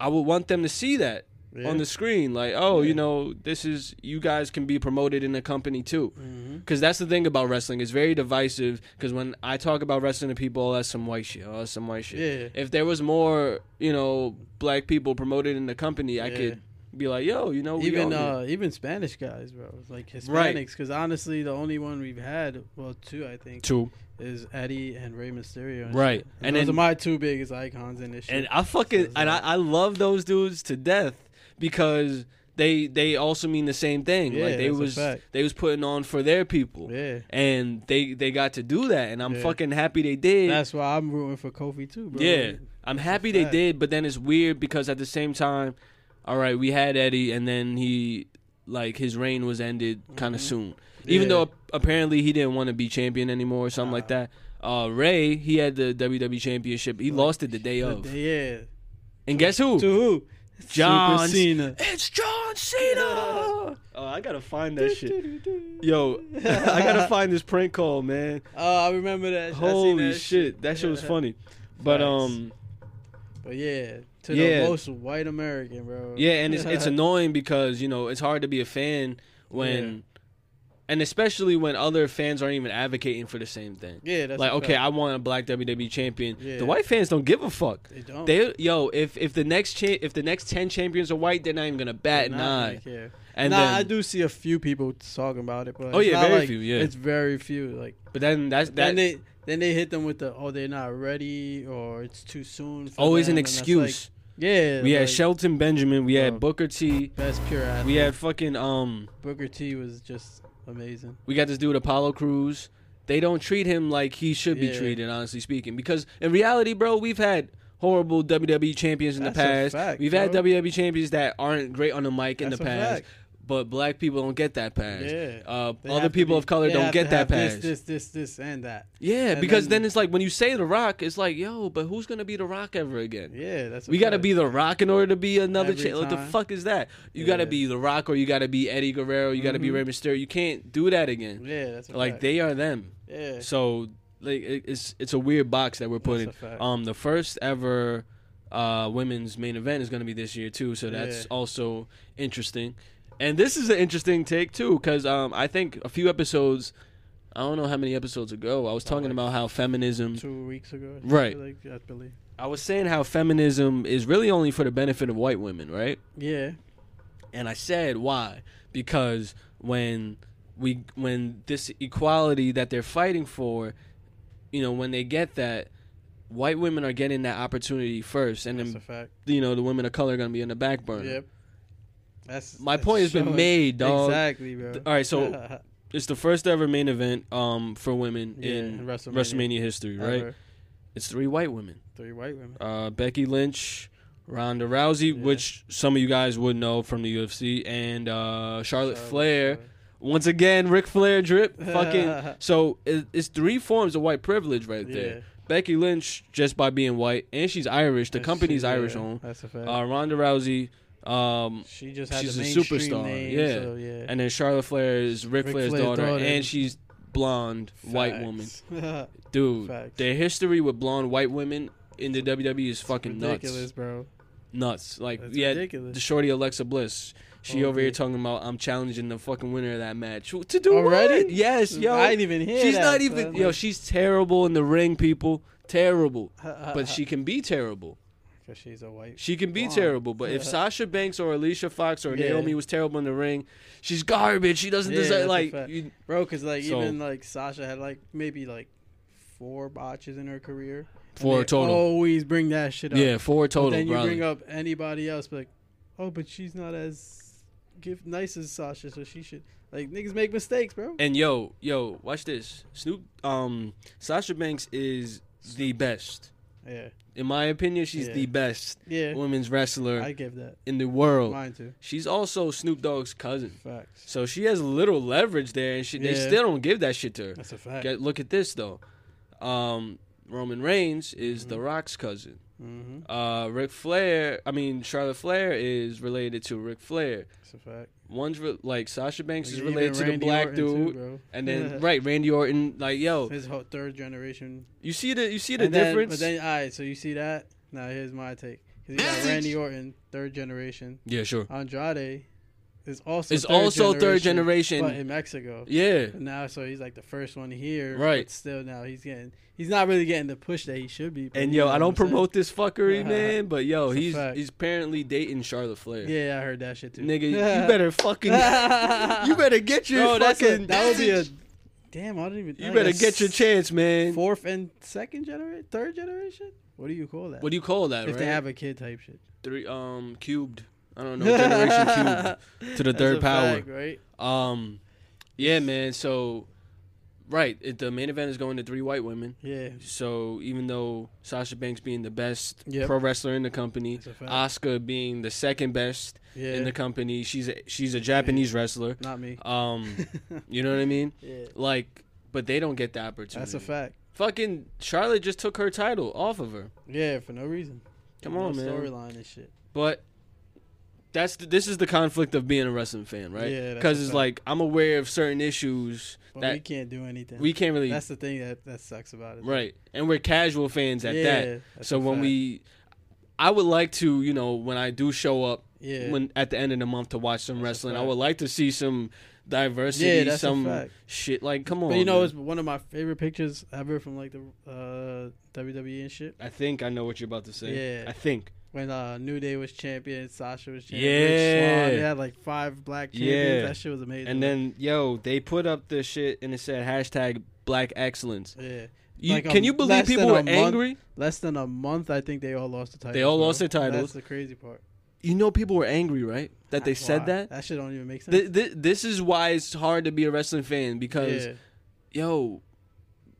Speaker 5: I would want them to see that
Speaker 2: Yeah.
Speaker 5: on the screen, like, oh, you know, this is you guys can be promoted in a company too.
Speaker 2: Mm-hmm.
Speaker 5: Because that's the thing about wrestling; it's very divisive. Because when I talk about wrestling to people, oh, that's some white shit. Oh, that's some white shit.
Speaker 2: Yeah.
Speaker 5: If there was more, you know, black people promoted in the company, I
Speaker 2: Yeah.
Speaker 5: could be like, yo, you know, Oh, we
Speaker 2: even
Speaker 5: all-
Speaker 2: uh, even Spanish guys, bro, like
Speaker 5: Right.
Speaker 2: Hispanics. Because honestly, the only one we've had, well, two I think,
Speaker 5: two.
Speaker 2: is Eddie and Rey Mysterio. And
Speaker 5: Right.
Speaker 2: shit.
Speaker 5: And
Speaker 2: and those
Speaker 5: then-
Speaker 2: are my two biggest icons in this. Shit.
Speaker 5: And I fucking and I, I love those dudes to death because they they also mean the same thing.
Speaker 2: Yeah,
Speaker 5: like they
Speaker 2: that's a
Speaker 5: was
Speaker 2: fact.
Speaker 5: they was putting on for their people.
Speaker 2: Yeah.
Speaker 5: And they they got to do that and I'm
Speaker 2: Yeah.
Speaker 5: fucking happy they did.
Speaker 2: that's why I'm rooting for Kofi too, bro.
Speaker 5: yeah. I'm happy they
Speaker 2: fact.
Speaker 5: did, but then it's weird because at the same time, all right, we had Eddie and then he like his reign was ended kind of soon.
Speaker 2: Mm-hmm.
Speaker 5: Even
Speaker 2: Yeah.
Speaker 5: though ap- apparently he didn't want to be champion anymore or something like that. Uh, Ray, he had the WWE Championship. He lost it the day
Speaker 2: The-
Speaker 5: of.
Speaker 2: yeah.
Speaker 5: and guess who?
Speaker 2: To who?
Speaker 5: John
Speaker 2: Super Cena.
Speaker 5: It's John Cena. oh, I gotta find that shit. Yo, I gotta find this prank call, man.
Speaker 2: Oh, I remember that. I seen
Speaker 5: Holy
Speaker 2: that
Speaker 5: shit. that shit was funny. But um,
Speaker 2: But yeah, to
Speaker 5: Yeah.
Speaker 2: the most white American, bro.
Speaker 5: yeah, and it's it's annoying because you know it's hard to be a fan when, and especially when other fans aren't even advocating for the same thing.
Speaker 2: Yeah, that's
Speaker 5: like
Speaker 2: a
Speaker 5: okay,
Speaker 2: fact.
Speaker 5: I want a black WWE champion.
Speaker 2: Yeah.
Speaker 5: The white fans don't give a fuck.
Speaker 2: They don't.
Speaker 5: They yo, if if the next cha- if the next ten champions are white, they're not even gonna bat
Speaker 2: Nah,
Speaker 5: an
Speaker 2: I
Speaker 5: eye.
Speaker 2: don't care.
Speaker 5: And
Speaker 2: nah,
Speaker 5: then-
Speaker 2: I do see a few people talking about it, but
Speaker 5: Oh,
Speaker 2: it's
Speaker 5: yeah,
Speaker 2: not
Speaker 5: very
Speaker 2: like-
Speaker 5: few, yeah.
Speaker 2: it's very few. Like
Speaker 5: But then that's that.
Speaker 2: then they then they hit them with the oh they're not ready or it's too soon. For
Speaker 5: always
Speaker 2: them,
Speaker 5: Oh, an
Speaker 2: and that's
Speaker 5: excuse.
Speaker 2: like- yeah,
Speaker 5: we had
Speaker 2: like, uh.
Speaker 5: Shelton Benjamin. We had
Speaker 2: Bro.
Speaker 5: Booker T.
Speaker 2: best pure athlete.
Speaker 5: We had fucking um.
Speaker 2: Booker T was just amazing.
Speaker 5: We got this dude Apollo Cruz. They don't treat him like he should be
Speaker 2: Yeah.
Speaker 5: treated, honestly speaking. Because in reality, bro, we've had horrible WWE champions in the
Speaker 2: That's
Speaker 5: past.
Speaker 2: a fact,
Speaker 5: we've had
Speaker 2: bro.
Speaker 5: WWE champions that aren't great on the mic in
Speaker 2: That's
Speaker 5: the
Speaker 2: a
Speaker 5: past.
Speaker 2: fact.
Speaker 5: But black people don't get that pass.
Speaker 2: Yeah.
Speaker 5: Uh,
Speaker 2: They
Speaker 5: other
Speaker 2: have to
Speaker 5: people
Speaker 2: be-
Speaker 5: of color
Speaker 2: they
Speaker 5: don't
Speaker 2: have
Speaker 5: get
Speaker 2: to
Speaker 5: that
Speaker 2: have
Speaker 5: pass.
Speaker 2: This, this, this, this, and that.
Speaker 5: yeah,
Speaker 2: And
Speaker 5: because then, it's like when you say The Rock, it's like, yo, but who's gonna be The Rock ever again?
Speaker 2: yeah, that's a
Speaker 5: We got to
Speaker 2: fact.
Speaker 5: be The Rock in order to be another
Speaker 2: Every
Speaker 5: champ. What the
Speaker 2: time.
Speaker 5: fuck is that? You got
Speaker 2: Yeah.
Speaker 5: to
Speaker 2: Mm-hmm.
Speaker 5: be The Rock or you got to be Eddie Guerrero. You got to be Rey Mysterio. You can't do that again.
Speaker 2: yeah, that's a
Speaker 5: Like
Speaker 2: fact.
Speaker 5: they are them.
Speaker 2: yeah.
Speaker 5: So like it- it's it's a weird box that we're putting.
Speaker 2: a fact.
Speaker 5: Um, the first ever uh women's main event is going to be this year too. So that's
Speaker 2: Yeah.
Speaker 5: also interesting. And this is an interesting take too because um I think a few episodes. I don't know how many episodes ago I was talking about how feminism.
Speaker 2: two weeks ago, or
Speaker 5: Right.
Speaker 2: something Like, I believe.
Speaker 5: I was saying how feminism is really only for the benefit of white women, right?
Speaker 2: Yeah,
Speaker 5: and I said why because when we when this equality that they're fighting for, you know, when they get that, white women are getting that opportunity first, and
Speaker 2: that's a
Speaker 5: then
Speaker 2: fact.
Speaker 5: you know the women of color are gonna be in the back burner.
Speaker 2: Yep. That's
Speaker 5: My
Speaker 2: that's
Speaker 5: point has been
Speaker 2: showing-
Speaker 5: made, dog.
Speaker 2: Exactly, bro.
Speaker 5: All right, so- It's the first ever main event um for women
Speaker 2: Yeah,
Speaker 5: in
Speaker 2: in
Speaker 5: WrestleMania,
Speaker 2: WrestleMania.
Speaker 5: history, right?
Speaker 2: Ever.
Speaker 5: It's three white women:
Speaker 2: Three white women.
Speaker 5: uh, Becky Lynch, Ronda Rousey,
Speaker 2: Yeah.
Speaker 5: which some of you guys would know from the UFC, and uh, Charlotte
Speaker 2: Charlotte
Speaker 5: Flair.
Speaker 2: Flair.
Speaker 5: Once again, Ric Flair drip. Fucking. so it, it's three forms of white privilege right there.
Speaker 2: Yeah.
Speaker 5: Becky Lynch just by being white, and she's Irish. The
Speaker 2: That's-
Speaker 5: company's
Speaker 2: yeah,
Speaker 5: Irish owned.
Speaker 2: That's a fact.
Speaker 5: Uh, Ronda Rousey. Um,
Speaker 2: she just had
Speaker 5: she's
Speaker 2: the
Speaker 5: a
Speaker 2: mainstream
Speaker 5: superstar,
Speaker 2: Name,
Speaker 5: yeah.
Speaker 2: So, yeah.
Speaker 5: and then Charlotte Flair is Ric,
Speaker 2: Ric
Speaker 5: Flair's,
Speaker 2: Flair's
Speaker 5: daughter,
Speaker 2: daughter.
Speaker 5: and she's blonde white woman.
Speaker 2: Facts.
Speaker 5: Dude,
Speaker 2: Facts.
Speaker 5: their history with blonde white women in the WWE is fucking
Speaker 2: Ridiculous,
Speaker 5: nuts.
Speaker 2: bro.
Speaker 5: Nuts. Like
Speaker 2: That's
Speaker 5: yeah,
Speaker 2: ridiculous.
Speaker 5: the shorty Alexa Bliss. She
Speaker 2: Oh,
Speaker 5: over here
Speaker 2: yeah.
Speaker 5: talking about I'm challenging the fucking winner of that match to do
Speaker 2: Already?
Speaker 5: what? Yes, yo.
Speaker 2: I didn't even hear
Speaker 5: She's
Speaker 2: that,
Speaker 5: not even
Speaker 2: son.
Speaker 5: yo.
Speaker 2: Like-
Speaker 5: She's terrible in the ring, people. Terrible,
Speaker 2: Uh,
Speaker 5: but she can be terrible.
Speaker 2: 'Cause she's a white.
Speaker 5: She can be
Speaker 2: blonde.
Speaker 5: terrible. But if
Speaker 2: Yeah.
Speaker 5: Sasha Banks or Alicia Fox or
Speaker 2: Yeah.
Speaker 5: Naomi was terrible in the ring, she's garbage. She doesn't
Speaker 2: Yeah, that's
Speaker 5: deserve
Speaker 2: a
Speaker 5: like.
Speaker 2: fact.
Speaker 5: you-
Speaker 2: bro, because like
Speaker 5: So-
Speaker 2: even like Sasha had like maybe like four botches in her career. And
Speaker 5: Four
Speaker 2: they
Speaker 5: total.
Speaker 2: Always bring that shit up.
Speaker 5: yeah, four total.
Speaker 2: oh, But then you
Speaker 5: probably.
Speaker 2: bring up anybody else, be like, oh, but she's not as give nice as Sasha, so she should like niggas make mistakes, bro.
Speaker 5: And yo, yo, watch this. Snoop, um, Sasha Banks is the best.
Speaker 2: yeah,
Speaker 5: In my opinion, she's
Speaker 2: Yeah.
Speaker 5: the best
Speaker 2: yeah,
Speaker 5: women's wrestler
Speaker 2: I give that
Speaker 5: in the world.
Speaker 2: mine too.
Speaker 5: She's also Snoop Dogg's cousin.
Speaker 2: Facts.
Speaker 5: So she has little leverage there, and she, they
Speaker 2: Yeah.
Speaker 5: still don't give that shit to her.
Speaker 2: That's a fact.
Speaker 5: Get, look at this though. Um, Roman Reigns is The Rock's cousin.
Speaker 2: mm-hmm.
Speaker 5: Uh, Ric Flair, I mean Charlotte Flair is related to Ric Flair.
Speaker 2: That's a fact.
Speaker 5: One's re- like Sasha Banks is
Speaker 2: Like, even
Speaker 5: related to the
Speaker 2: Randy
Speaker 5: black
Speaker 2: Orton too,
Speaker 5: dude,
Speaker 2: bro.
Speaker 5: and then right Randy Orton. Like yo,
Speaker 2: His whole third generation.
Speaker 5: you see the you see the
Speaker 2: And then-
Speaker 5: difference.
Speaker 2: But then, all right, so you see that? Now here's my take. 'Cause you got Randy Orton, third generation.
Speaker 5: yeah, sure.
Speaker 2: Andrade is also
Speaker 5: It's also third generation.
Speaker 2: but in Mexico.
Speaker 5: yeah.
Speaker 2: But now, so he's like the first one here,
Speaker 5: Right.
Speaker 2: But still, now he's getting he's not really getting the push that he should be.
Speaker 5: And
Speaker 2: you
Speaker 5: yo,
Speaker 2: know
Speaker 5: I
Speaker 2: what
Speaker 5: don't
Speaker 2: I'm saying?
Speaker 5: promote this fuckery,
Speaker 2: Yeah.
Speaker 5: man. But yo,
Speaker 2: It's a
Speaker 5: he's
Speaker 2: fact.
Speaker 5: he's apparently dating Charlotte Flair.
Speaker 2: Yeah, I heard that shit too,
Speaker 5: Nigga, you better fucking you better get your
Speaker 2: Bro, that's a-
Speaker 5: fucking
Speaker 2: that would be a damn. I didn't even.
Speaker 5: You
Speaker 2: like
Speaker 5: better
Speaker 2: a
Speaker 5: get your chance, man.
Speaker 2: fourth and second generation, third generation. What do you call that?
Speaker 5: What do you call that,
Speaker 2: if
Speaker 5: right?
Speaker 2: they have a kid type shit?
Speaker 5: Three um cubed. I don't know, generation cubed to the
Speaker 2: That's
Speaker 5: third
Speaker 2: a
Speaker 5: power.
Speaker 2: fact, right?
Speaker 5: Um Yeah, man, so right, it, the main event is going to three white women.
Speaker 2: Yeah,
Speaker 5: So even though Sasha Banks being the best
Speaker 2: Yep.
Speaker 5: pro wrestler in the company,
Speaker 2: That's a fact.
Speaker 5: Oscar being the second best
Speaker 2: yeah.
Speaker 5: Ah, in the company, she's a, she's a Japanese wrestler.
Speaker 2: Not me.
Speaker 5: Um, you know what I mean?
Speaker 2: yeah,
Speaker 5: Like, but they don't get the opportunity.
Speaker 2: that's a fact.
Speaker 5: Fucking Charlotte just took her title off of her.
Speaker 2: Yeah, for no reason.
Speaker 5: Come
Speaker 2: No
Speaker 5: on, man.
Speaker 2: Storyline and shit.
Speaker 5: But that's the, this is the conflict of being a wrestling fan, right?
Speaker 2: Yeah, that's
Speaker 5: because
Speaker 2: a
Speaker 5: it's
Speaker 2: fact.
Speaker 5: like I'm aware of certain issues
Speaker 2: But we
Speaker 5: that
Speaker 2: can't do anything.
Speaker 5: we can't really
Speaker 2: That's the thing that that sucks about it.
Speaker 5: right, and we're casual fans at
Speaker 2: Yeah,
Speaker 5: that.
Speaker 2: that's
Speaker 5: So
Speaker 2: a
Speaker 5: when
Speaker 2: fact.
Speaker 5: we, I would like to, you know, when I do show up
Speaker 2: Yeah.
Speaker 5: when at the end of the month to watch some
Speaker 2: That's a
Speaker 5: wrestling, I
Speaker 2: fact.
Speaker 5: would like to see some diversity,
Speaker 2: Yeah, that's a
Speaker 5: some
Speaker 2: fact.
Speaker 5: shit. Like, come on,
Speaker 2: But you know,
Speaker 5: man.
Speaker 2: it's one of my favorite pictures ever from like the uh, WWE and shit.
Speaker 5: I think I know what you're about to say.
Speaker 2: Yeah.
Speaker 5: I think.
Speaker 2: When uh, New Day was champion, Sasha was champion.
Speaker 5: Yeah.
Speaker 2: Rich Swan, they had like five black champions.
Speaker 5: Yeah.
Speaker 2: That shit was amazing.
Speaker 5: And then, yo, they put up the shit and it said hashtag black excellence.
Speaker 2: yeah,
Speaker 5: You,
Speaker 2: Like,
Speaker 5: can
Speaker 2: um,
Speaker 5: you believe
Speaker 2: less than
Speaker 5: people
Speaker 2: a
Speaker 5: were
Speaker 2: month.
Speaker 5: angry?
Speaker 2: less than a month, I think they all lost the titles.
Speaker 5: all
Speaker 2: bro.
Speaker 5: lost their titles.
Speaker 2: That's the crazy part.
Speaker 5: You know, people were angry, right? That they
Speaker 2: Why?
Speaker 5: said that?
Speaker 2: That shit don't even make sense.
Speaker 5: Th- th- this is why it's hard to be a wrestling fan because,
Speaker 2: yeah,
Speaker 5: yo,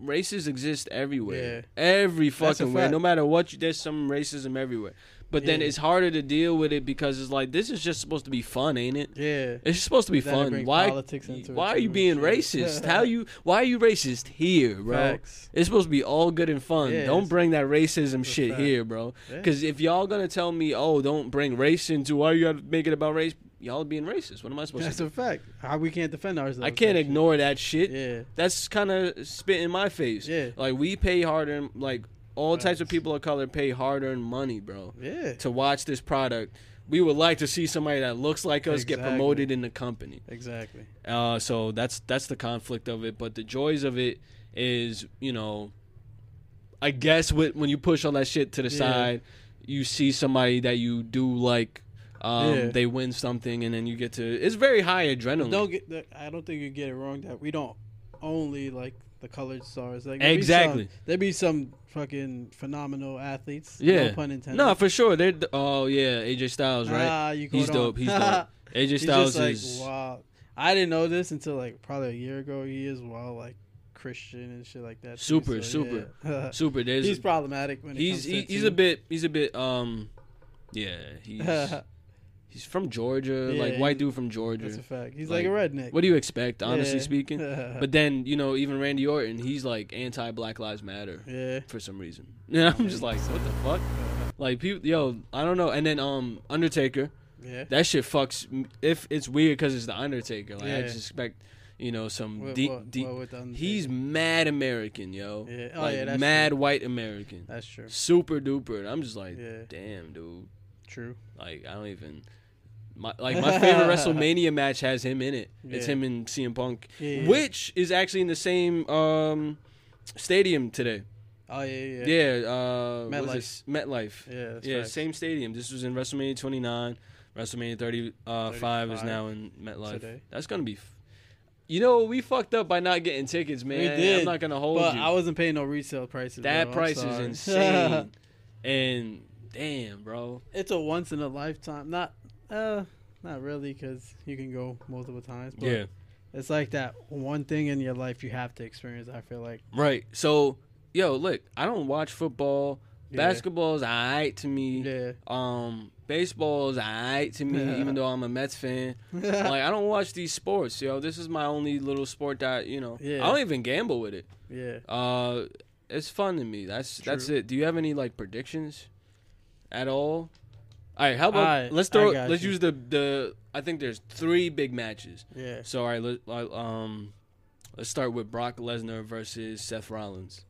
Speaker 5: races exist everywhere.
Speaker 2: Yeah.
Speaker 5: Every
Speaker 2: That's a
Speaker 5: fucking way.
Speaker 2: fact.
Speaker 5: No matter what, you, there's some racism everywhere. But then
Speaker 2: Yeah.
Speaker 5: it's harder to deal with it because it's like, this is just supposed to be fun, ain't it?
Speaker 2: yeah.
Speaker 5: It's just supposed to be
Speaker 2: Then it
Speaker 5: fun.
Speaker 2: brings
Speaker 5: Why?
Speaker 2: politics into it
Speaker 5: why are
Speaker 2: too
Speaker 5: you
Speaker 2: and
Speaker 5: being
Speaker 2: shit.
Speaker 5: racist? How you? Why are you racist here, bro?
Speaker 2: Facts.
Speaker 5: It's supposed to be all good and fun.
Speaker 2: Yeah,
Speaker 5: don't
Speaker 2: it's-
Speaker 5: bring that racism
Speaker 2: a
Speaker 5: shit
Speaker 2: fact.
Speaker 5: here, bro.
Speaker 2: Yeah.
Speaker 5: Because if y'all gonna tell me, oh, don't bring race into why you gotta make it about race, y'all being racist. What am I supposed
Speaker 2: That's
Speaker 5: to?
Speaker 2: a fact. How we can't defend ourselves.
Speaker 5: do? I can't
Speaker 2: that shit.
Speaker 5: ignore that shit.
Speaker 2: Yeah,
Speaker 5: That's kind of spit in my face.
Speaker 2: Yeah.
Speaker 5: Like we pay harder. Like all types of
Speaker 2: Facts.
Speaker 5: people of color pay hard-earned money, bro,
Speaker 2: yeah,
Speaker 5: to watch this product. We would like to see somebody that looks like us get
Speaker 2: Exactly.
Speaker 5: promoted in the company.
Speaker 2: exactly.
Speaker 5: Uh, so that's that's the conflict of it. But the joys of it is, you know, I guess with, when you push all that shit to the
Speaker 2: Yeah.
Speaker 5: side, you see somebody that you do like. Um,
Speaker 2: Yeah.
Speaker 5: They win something, and then you get to. It's very high adrenaline.
Speaker 2: Don't get. The, I don't think you get it wrong that we don't only like the colored stars. Like
Speaker 5: Exactly.
Speaker 2: there be some fucking phenomenal athletes.
Speaker 5: yeah,
Speaker 2: no pun intended.
Speaker 5: No, for sure. They're d- oh yeah, AJ Styles, right?
Speaker 2: Ah, you
Speaker 5: He's
Speaker 2: caught on.
Speaker 5: dope. He's dope. AJ
Speaker 2: He's
Speaker 5: Styles
Speaker 2: just like
Speaker 5: is
Speaker 2: wow. I didn't know this until like probably a year ago. He is wow, like Christian and shit like that. too,
Speaker 5: Super,
Speaker 2: so,
Speaker 5: super,
Speaker 2: yeah.
Speaker 5: super. There's
Speaker 2: he's problematic when it
Speaker 5: he's
Speaker 2: comes to
Speaker 5: he-
Speaker 2: it,
Speaker 5: he's
Speaker 2: too.
Speaker 5: a bit he's a bit um, yeah. He's he's from Georgia,
Speaker 2: Yeah,
Speaker 5: like white
Speaker 2: he's-
Speaker 5: dude from Georgia.
Speaker 2: That's a fact. He's like, a redneck.
Speaker 5: What do you expect, honestly
Speaker 2: Yeah.
Speaker 5: speaking? But then you know, even Randy Orton, he's like anti Black Lives Matter
Speaker 2: yeah,
Speaker 5: for some reason. Yeah, I'm just like, what the fuck? Like people, yo, I don't know. And then um, Undertaker,
Speaker 2: yeah.
Speaker 5: that shit fucks. m- If it's weird because it's the Undertaker, like I
Speaker 2: Yeah.
Speaker 5: just expect, you know, some
Speaker 2: What-
Speaker 5: deep,
Speaker 2: what-
Speaker 5: deep.
Speaker 2: what with the Undertaker?
Speaker 5: he's mad American, yo.
Speaker 2: Yeah. Oh,
Speaker 5: like
Speaker 2: yeah, that's
Speaker 5: mad
Speaker 2: true.
Speaker 5: white American,
Speaker 2: That's true.
Speaker 5: super duper. And I'm just like,
Speaker 2: Yeah.
Speaker 5: damn, dude.
Speaker 2: True.
Speaker 5: Like I don't even. My, like my favorite WrestleMania match has him in it. It's
Speaker 2: Yeah.
Speaker 5: him and CM Punk,
Speaker 2: Yeah, yeah.
Speaker 5: which is actually in the same um, stadium today.
Speaker 2: Oh yeah, yeah. Yeah.
Speaker 5: Yeah, uh, what
Speaker 2: MetLife.
Speaker 5: is this? MetLife.
Speaker 2: Yeah, that's
Speaker 5: yeah,
Speaker 2: facts.
Speaker 5: same stadium. This was in WrestleMania 29. WrestleMania 30, uh, 5 is
Speaker 2: 35
Speaker 5: now in MetLife.
Speaker 2: today.
Speaker 5: That's gonna be. F- you know we fucked up by not getting tickets, man. I'm not gonna hold
Speaker 2: But
Speaker 5: you.
Speaker 2: I wasn't paying no resale prices.
Speaker 5: that
Speaker 2: bro. I'm
Speaker 5: price is
Speaker 2: sorry.
Speaker 5: insane, and damn, bro.
Speaker 2: it's a once in a lifetime. Not, uh, not really, because you can go multiple times. But
Speaker 5: Yeah.
Speaker 2: It's like that one thing in your life you have to experience. I feel like.
Speaker 5: Right. So, yo, look, I don't watch football.
Speaker 2: Yeah.
Speaker 5: Basketball's alright to me.
Speaker 2: Yeah.
Speaker 5: Um, baseball's alright to me,
Speaker 2: Yeah.
Speaker 5: even though I'm a Mets fan. like, I don't watch these sports, yo. This is my only little sport that you know.
Speaker 2: Yeah.
Speaker 5: I don't even gamble with it.
Speaker 2: Yeah.
Speaker 5: Uh, it's fun to me. That's that's
Speaker 2: True.
Speaker 5: it. Do you have any like predictions at all? All right, how about
Speaker 2: Alright,
Speaker 5: let's
Speaker 2: I
Speaker 5: throw
Speaker 2: got
Speaker 5: let's
Speaker 2: you.
Speaker 5: use the the I think there's three big matches.
Speaker 2: Yeah.
Speaker 5: So all right, let, let- um, let's start with Brock Lesnar versus Seth Rollins.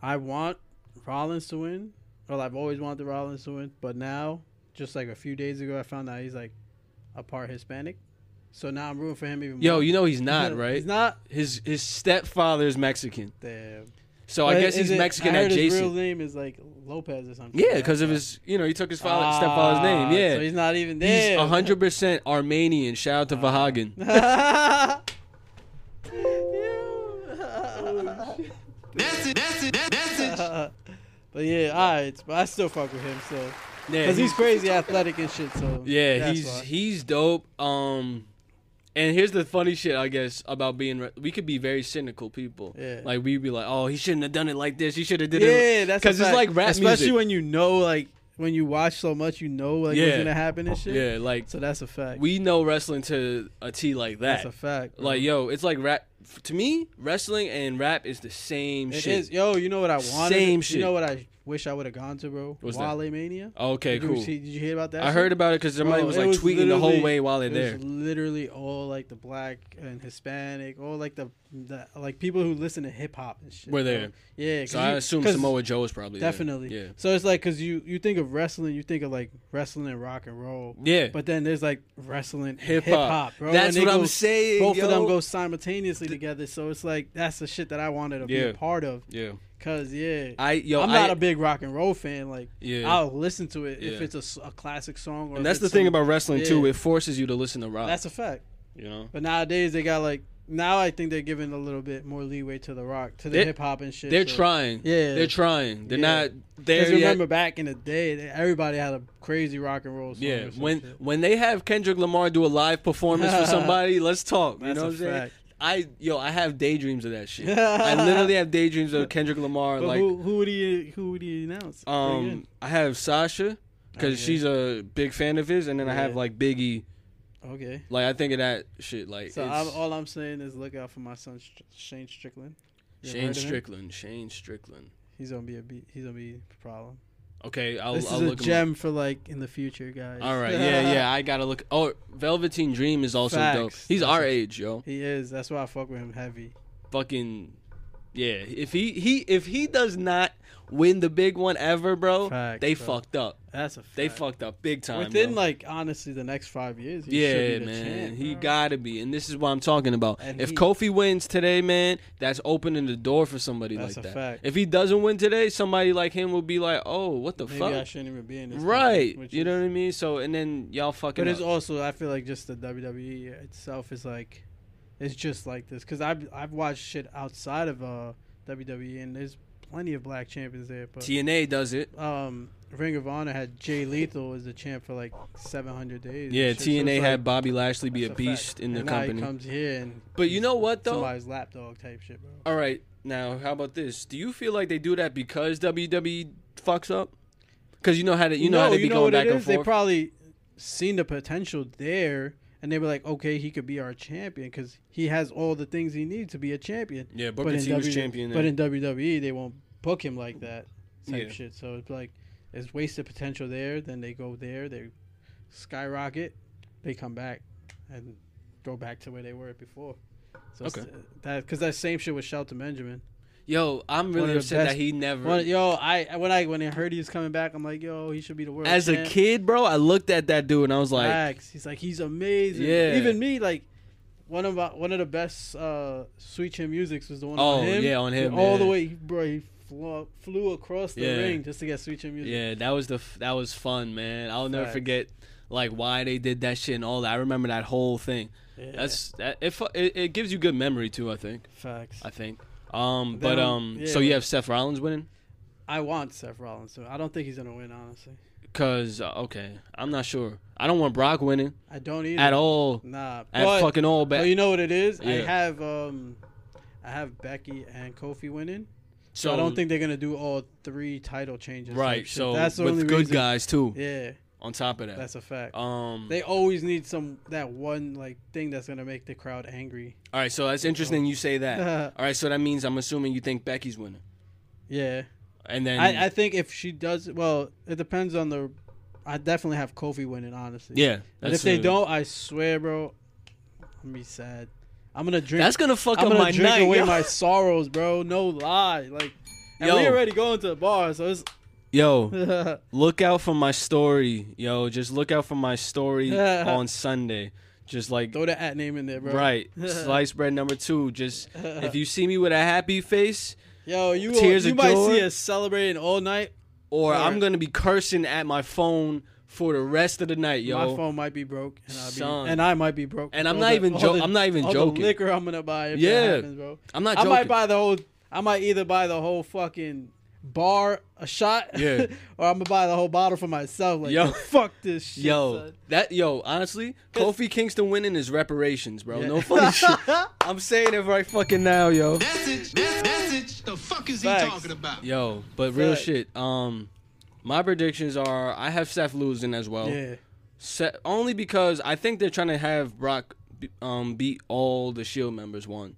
Speaker 2: I want Rollins to win. Well, I've always wanted Rollins to win, but now, just like a few days ago, I found out he's like a part Hispanic. So now I'm rooting for him even more.
Speaker 5: Yo, you know he's not right.
Speaker 2: He's not.
Speaker 5: His his stepfather is Mexican,
Speaker 2: Damn.
Speaker 5: so I
Speaker 2: But
Speaker 5: guess
Speaker 2: is
Speaker 5: he's
Speaker 2: it-
Speaker 5: Mexican
Speaker 2: I heard His real
Speaker 5: adjacent.
Speaker 2: name is like Lopez or something.
Speaker 5: Yeah, because of his, you know, he took his father, stepfather's name.
Speaker 2: Ah,
Speaker 5: Yeah,
Speaker 2: So he's not even
Speaker 5: He's
Speaker 2: there. Ah.
Speaker 5: hundred percent Armenian. Shout out to Vahagan.
Speaker 2: But yeah, all right. But I still fuck with him. So
Speaker 5: Yeah,
Speaker 2: because he's crazy athletic and shit. So
Speaker 5: yeah,
Speaker 2: that's
Speaker 5: he's
Speaker 2: why.
Speaker 5: he's dope. Um, and here's the funny shit, I guess, about being re- we could be very cynical people.
Speaker 2: Yeah.
Speaker 5: like we'd be like, oh, he shouldn't have done it like this. He should have did it.
Speaker 2: yeah. That's a
Speaker 5: because it's
Speaker 2: fact.
Speaker 5: like rap
Speaker 2: especially
Speaker 5: music.
Speaker 2: when you know like when you watch so much, you know like what's
Speaker 5: Yeah. Oh,
Speaker 2: gonna happen and shit.
Speaker 5: yeah, like
Speaker 2: So that's a fact.
Speaker 5: we know wrestling to a T like that.
Speaker 2: that's a uh-huh. fact. bro.
Speaker 5: Like yo, it's like rap. f- To me, wrestling and rap is the same
Speaker 2: It
Speaker 5: shit.
Speaker 2: is. Yo, you know what I wanted?
Speaker 5: Same
Speaker 2: You
Speaker 5: shit.
Speaker 2: know what I wish I would have gone to, bro?
Speaker 5: What's that?
Speaker 2: Wale Mania.
Speaker 5: Okay,
Speaker 2: Did you
Speaker 5: cool.
Speaker 2: see- did you hear about that?
Speaker 5: I
Speaker 2: shit?
Speaker 5: heard about it because somebody
Speaker 2: Bro,
Speaker 5: was
Speaker 2: it
Speaker 5: like tweeting the whole
Speaker 2: literally-
Speaker 5: way while they're
Speaker 2: it
Speaker 5: there.
Speaker 2: was literally all like the black and Hispanic, all like the, the like people who listen to hip hop and shit.
Speaker 5: Were
Speaker 2: bro.
Speaker 5: there.
Speaker 2: Yeah. 'cause
Speaker 5: So I
Speaker 2: you-
Speaker 5: assume
Speaker 2: 'cause
Speaker 5: Samoa Joe is probably there.
Speaker 2: Definitely.
Speaker 5: Yeah.
Speaker 2: So it's like because you you think of wrestling, you think of like wrestling and rock and roll.
Speaker 5: Yeah.
Speaker 2: But then there's like wrestling, hip
Speaker 5: Hip-hop.
Speaker 2: hop, bro.
Speaker 5: That's
Speaker 2: and they
Speaker 5: what I'm
Speaker 2: go-
Speaker 5: saying,
Speaker 2: Both of them
Speaker 5: yo.
Speaker 2: go simultaneously together, so it's like that's the shit that I wanted to be
Speaker 5: Yeah.
Speaker 2: a part of.
Speaker 5: yeah.
Speaker 2: Cause yeah,
Speaker 5: I yo
Speaker 2: I'm
Speaker 5: I-
Speaker 2: not a big rock and roll fan. Like,
Speaker 5: Yeah.
Speaker 2: I'll listen to it if
Speaker 5: Yeah.
Speaker 2: it's a s- a, classic song. Or
Speaker 5: and
Speaker 2: if
Speaker 5: that's the
Speaker 2: it's
Speaker 5: thing
Speaker 2: some-
Speaker 5: about wrestling too.
Speaker 2: yeah.
Speaker 5: It forces you to listen to rock.
Speaker 2: That's a fact.
Speaker 5: you know.
Speaker 2: But nowadays they got like now I think they're giving a little bit more leeway to the rock to the
Speaker 5: They're-
Speaker 2: hip hop and shit.
Speaker 5: They're
Speaker 2: so-
Speaker 5: trying.
Speaker 2: Yeah.
Speaker 5: They're trying. They're
Speaker 2: Yeah.
Speaker 5: not
Speaker 2: Because
Speaker 5: there yet.
Speaker 2: remember back in the day, they, everybody had a crazy rock and roll. Song
Speaker 5: yeah.
Speaker 2: or some
Speaker 5: When
Speaker 2: shit.
Speaker 5: when they have Kendrick Lamar do a live performance for somebody, let's talk. You
Speaker 2: That's
Speaker 5: know
Speaker 2: a
Speaker 5: what I'm saying?
Speaker 2: fact.
Speaker 5: I yo, I have daydreams of that shit. I literally have daydreams of Kendrick Lamar
Speaker 2: But
Speaker 5: like
Speaker 2: who, who would he who would he announce? Bring
Speaker 5: Um,
Speaker 2: in?
Speaker 5: I have Sasha because
Speaker 2: Okay.
Speaker 5: she's a big fan of his, and then I
Speaker 2: Oh,
Speaker 5: have
Speaker 2: Yeah.
Speaker 5: like Biggie.
Speaker 2: okay.
Speaker 5: Like I think of that shit. Like
Speaker 2: So
Speaker 5: it's
Speaker 2: I'm, all I'm saying is look out for my son Str- Shane Strickland. You ever heard
Speaker 5: Shane
Speaker 2: of him?
Speaker 5: Strickland. Shane Strickland.
Speaker 2: He's gonna be a be- he's gonna be a problem.
Speaker 5: Okay, I'll,
Speaker 2: this
Speaker 5: I'll
Speaker 2: is a
Speaker 5: look him
Speaker 2: gem for like in the future, guys.
Speaker 5: up. All right, yeah, yeah. I gotta look. Oh, Velveteen Dream is also dope.
Speaker 2: Facts.
Speaker 5: He's
Speaker 2: That's
Speaker 5: our
Speaker 2: a-
Speaker 5: age, yo.
Speaker 2: he is. That's why I fuck with him heavy.
Speaker 5: Fucking yeah. If he he if he does not win the big one ever, bro,
Speaker 2: Facts,
Speaker 5: they
Speaker 2: bro.
Speaker 5: fucked up.
Speaker 2: That's a fact.
Speaker 5: They fucked up big time.
Speaker 2: within
Speaker 5: yo.
Speaker 2: like honestly the next five years. He should
Speaker 5: Yeah,
Speaker 2: be the
Speaker 5: man,
Speaker 2: champ,
Speaker 5: he
Speaker 2: bro.
Speaker 5: gotta be, and this is what I'm talking about.
Speaker 2: And
Speaker 5: if
Speaker 2: he-
Speaker 5: Kofi wins today, man, that's opening the door for somebody
Speaker 2: That's
Speaker 5: like
Speaker 2: a
Speaker 5: that.
Speaker 2: fact.
Speaker 5: If he doesn't win today, somebody like him will be like, "Oh, what the
Speaker 2: Maybe I
Speaker 5: fuck?"
Speaker 2: shouldn't even be in this.
Speaker 5: Right?
Speaker 2: company, which
Speaker 5: You
Speaker 2: is-
Speaker 5: know what I mean? So, and then y'all fucking.
Speaker 2: But it's
Speaker 5: up.
Speaker 2: also I feel like just the WWE itself is like, it's just like this because I've I've watched shit outside of uh WWE and there's plenty of black champions there. But
Speaker 5: TNA does it.
Speaker 2: um, Ring of Honor had Jay Lethal as the champ for like 700 days. and
Speaker 5: Yeah,
Speaker 2: shit, so it's
Speaker 5: TNA
Speaker 2: like,
Speaker 5: had Bobby Lashley be a
Speaker 2: that's
Speaker 5: beast
Speaker 2: fact.
Speaker 5: in the
Speaker 2: And now he
Speaker 5: company.
Speaker 2: comes here and
Speaker 5: But you
Speaker 2: he's
Speaker 5: know what, though?
Speaker 2: somebody's lapdog type shit, bro.
Speaker 5: All right, now how about this? Do you feel like they do that because WWE fucks up? Because you know how to, you know how
Speaker 2: No,
Speaker 5: they be going
Speaker 2: what it
Speaker 5: back and
Speaker 2: is?
Speaker 5: forth.
Speaker 2: They probably seen the potential there, and they were like, okay, he could be our champion because he has all the things he needs to be a champion.
Speaker 5: Yeah, Booker T was champion
Speaker 2: E, But
Speaker 5: there.
Speaker 2: in WWE, they won't book him like that type
Speaker 5: Yeah.
Speaker 2: shit. So it's like there's wasted potential there. Then they go there, they skyrocket, they come back, and go back to where they were before. So it's- uh,
Speaker 5: Okay.
Speaker 2: that because that same shit with Shelton Benjamin.
Speaker 5: yo, I'm
Speaker 2: One of
Speaker 5: really
Speaker 2: the
Speaker 5: upset that
Speaker 2: best-
Speaker 5: he never.
Speaker 2: When, yo, I when I when I heard he was coming back, I'm like, yo, he should be the world.
Speaker 5: As a
Speaker 2: champ.
Speaker 5: kid, bro, I looked at that dude and I was like,
Speaker 2: Facts. He's like he's amazing.
Speaker 5: Yeah.
Speaker 2: Even me, like one of my, one of the best uh, Sweet Chin Musics was the one.
Speaker 5: Oh,
Speaker 2: on him.
Speaker 5: yeah, on him,
Speaker 2: All the
Speaker 5: yeah.
Speaker 2: way, bro. He flew, flew across the
Speaker 5: Yeah.
Speaker 2: ring just to get Sweet Chin Music.
Speaker 5: yeah, that was the f- that was fun, man. I'll never
Speaker 2: Facts.
Speaker 5: forget like why they did that shit and all that. I remember that whole thing.
Speaker 2: Yeah.
Speaker 5: That's that it, fu- it. It gives you good memory too. I think.
Speaker 2: facts.
Speaker 5: I think. Um, but
Speaker 2: Then,
Speaker 5: um,
Speaker 2: yeah,
Speaker 5: so you
Speaker 2: like-
Speaker 5: have Seth Rollins winning
Speaker 2: I want Seth Rollins. So I don't think he's gonna win. Honestly,
Speaker 5: because uh, okay, I'm not sure. I don't want Brock winning
Speaker 2: I don't either.
Speaker 5: at all.
Speaker 2: Nah.
Speaker 5: At
Speaker 2: but,
Speaker 5: fucking all,
Speaker 2: but
Speaker 5: but
Speaker 2: you know what it is? I
Speaker 5: Yeah.
Speaker 2: have um, I have Becky and Kofi winning. So,
Speaker 5: so
Speaker 2: I don't think they're gonna do all three title changes.
Speaker 5: right.
Speaker 2: Like, shit,
Speaker 5: So
Speaker 2: that's the
Speaker 5: with
Speaker 2: only
Speaker 5: good
Speaker 2: reason.
Speaker 5: guys too.
Speaker 2: Yeah,
Speaker 5: On top of that,
Speaker 2: that's a fact.
Speaker 5: um,
Speaker 2: They always need some that one like thing that's gonna make the crowd angry.
Speaker 5: all right. So that's interesting. You say that. all right. So that means I'm assuming you think Becky's winning,
Speaker 2: Yeah,
Speaker 5: and then
Speaker 2: I, I think if she does well, it depends on the. I definitely have Kofi winning, honestly.
Speaker 5: yeah.
Speaker 2: but
Speaker 5: that's
Speaker 2: if they
Speaker 5: a-
Speaker 2: don't, I swear, bro, I'm gonna be sad. I'm gonna drink.
Speaker 5: That's gonna fuck
Speaker 2: I'm
Speaker 5: up
Speaker 2: gonna
Speaker 5: my
Speaker 2: drink
Speaker 5: night.
Speaker 2: away
Speaker 5: yo.
Speaker 2: my sorrows, bro. No lie, like. And
Speaker 5: Yo.
Speaker 2: we already going to the bar, so it's
Speaker 5: Yo, look out for my story. Yo, just look out for my story on Sunday. Just like
Speaker 2: Throw the at name in there, bro.
Speaker 5: right, sliced bread number two. Just if you see me with a happy face,
Speaker 2: Yo, you will,
Speaker 5: Tears
Speaker 2: you
Speaker 5: of
Speaker 2: might
Speaker 5: joy.
Speaker 2: see us celebrating all night.
Speaker 5: or
Speaker 2: Alright.
Speaker 5: I'm gonna be cursing at my phone for the rest of the night, yo.
Speaker 2: My phone might be broke, and, I'll
Speaker 5: Son.
Speaker 2: be, and I might be broke.
Speaker 5: And I'm
Speaker 2: All
Speaker 5: not
Speaker 2: the-
Speaker 5: even
Speaker 2: all
Speaker 5: jo-
Speaker 2: the-
Speaker 5: I'm not even
Speaker 2: all the
Speaker 5: joking.
Speaker 2: liquor I'm gonna buy. If yeah,
Speaker 5: Yeah.
Speaker 2: that happens, bro.
Speaker 5: I'm not
Speaker 2: I
Speaker 5: joking.
Speaker 2: might buy the whole. I might either buy the whole fucking bar a shot.
Speaker 5: Yeah.
Speaker 2: or I'm gonna buy the whole bottle for myself. Like,
Speaker 5: Yo.
Speaker 2: yo, fuck this shit.
Speaker 5: Yo,
Speaker 2: son.
Speaker 5: that yo, honestly, Kofi Kingston winning is reparations, bro.
Speaker 2: Yeah.
Speaker 5: No funny shit. I'm saying it right fucking now, yo.
Speaker 6: Message, message. The fuck is he
Speaker 2: Facts.
Speaker 6: talking about?
Speaker 5: Yo, but real
Speaker 2: Facts.
Speaker 5: shit. Um, my predictions are I have Seth losing as well.
Speaker 2: Yeah.
Speaker 5: Se- only because I think they're trying to have Brock be- um beat all the Shield members one.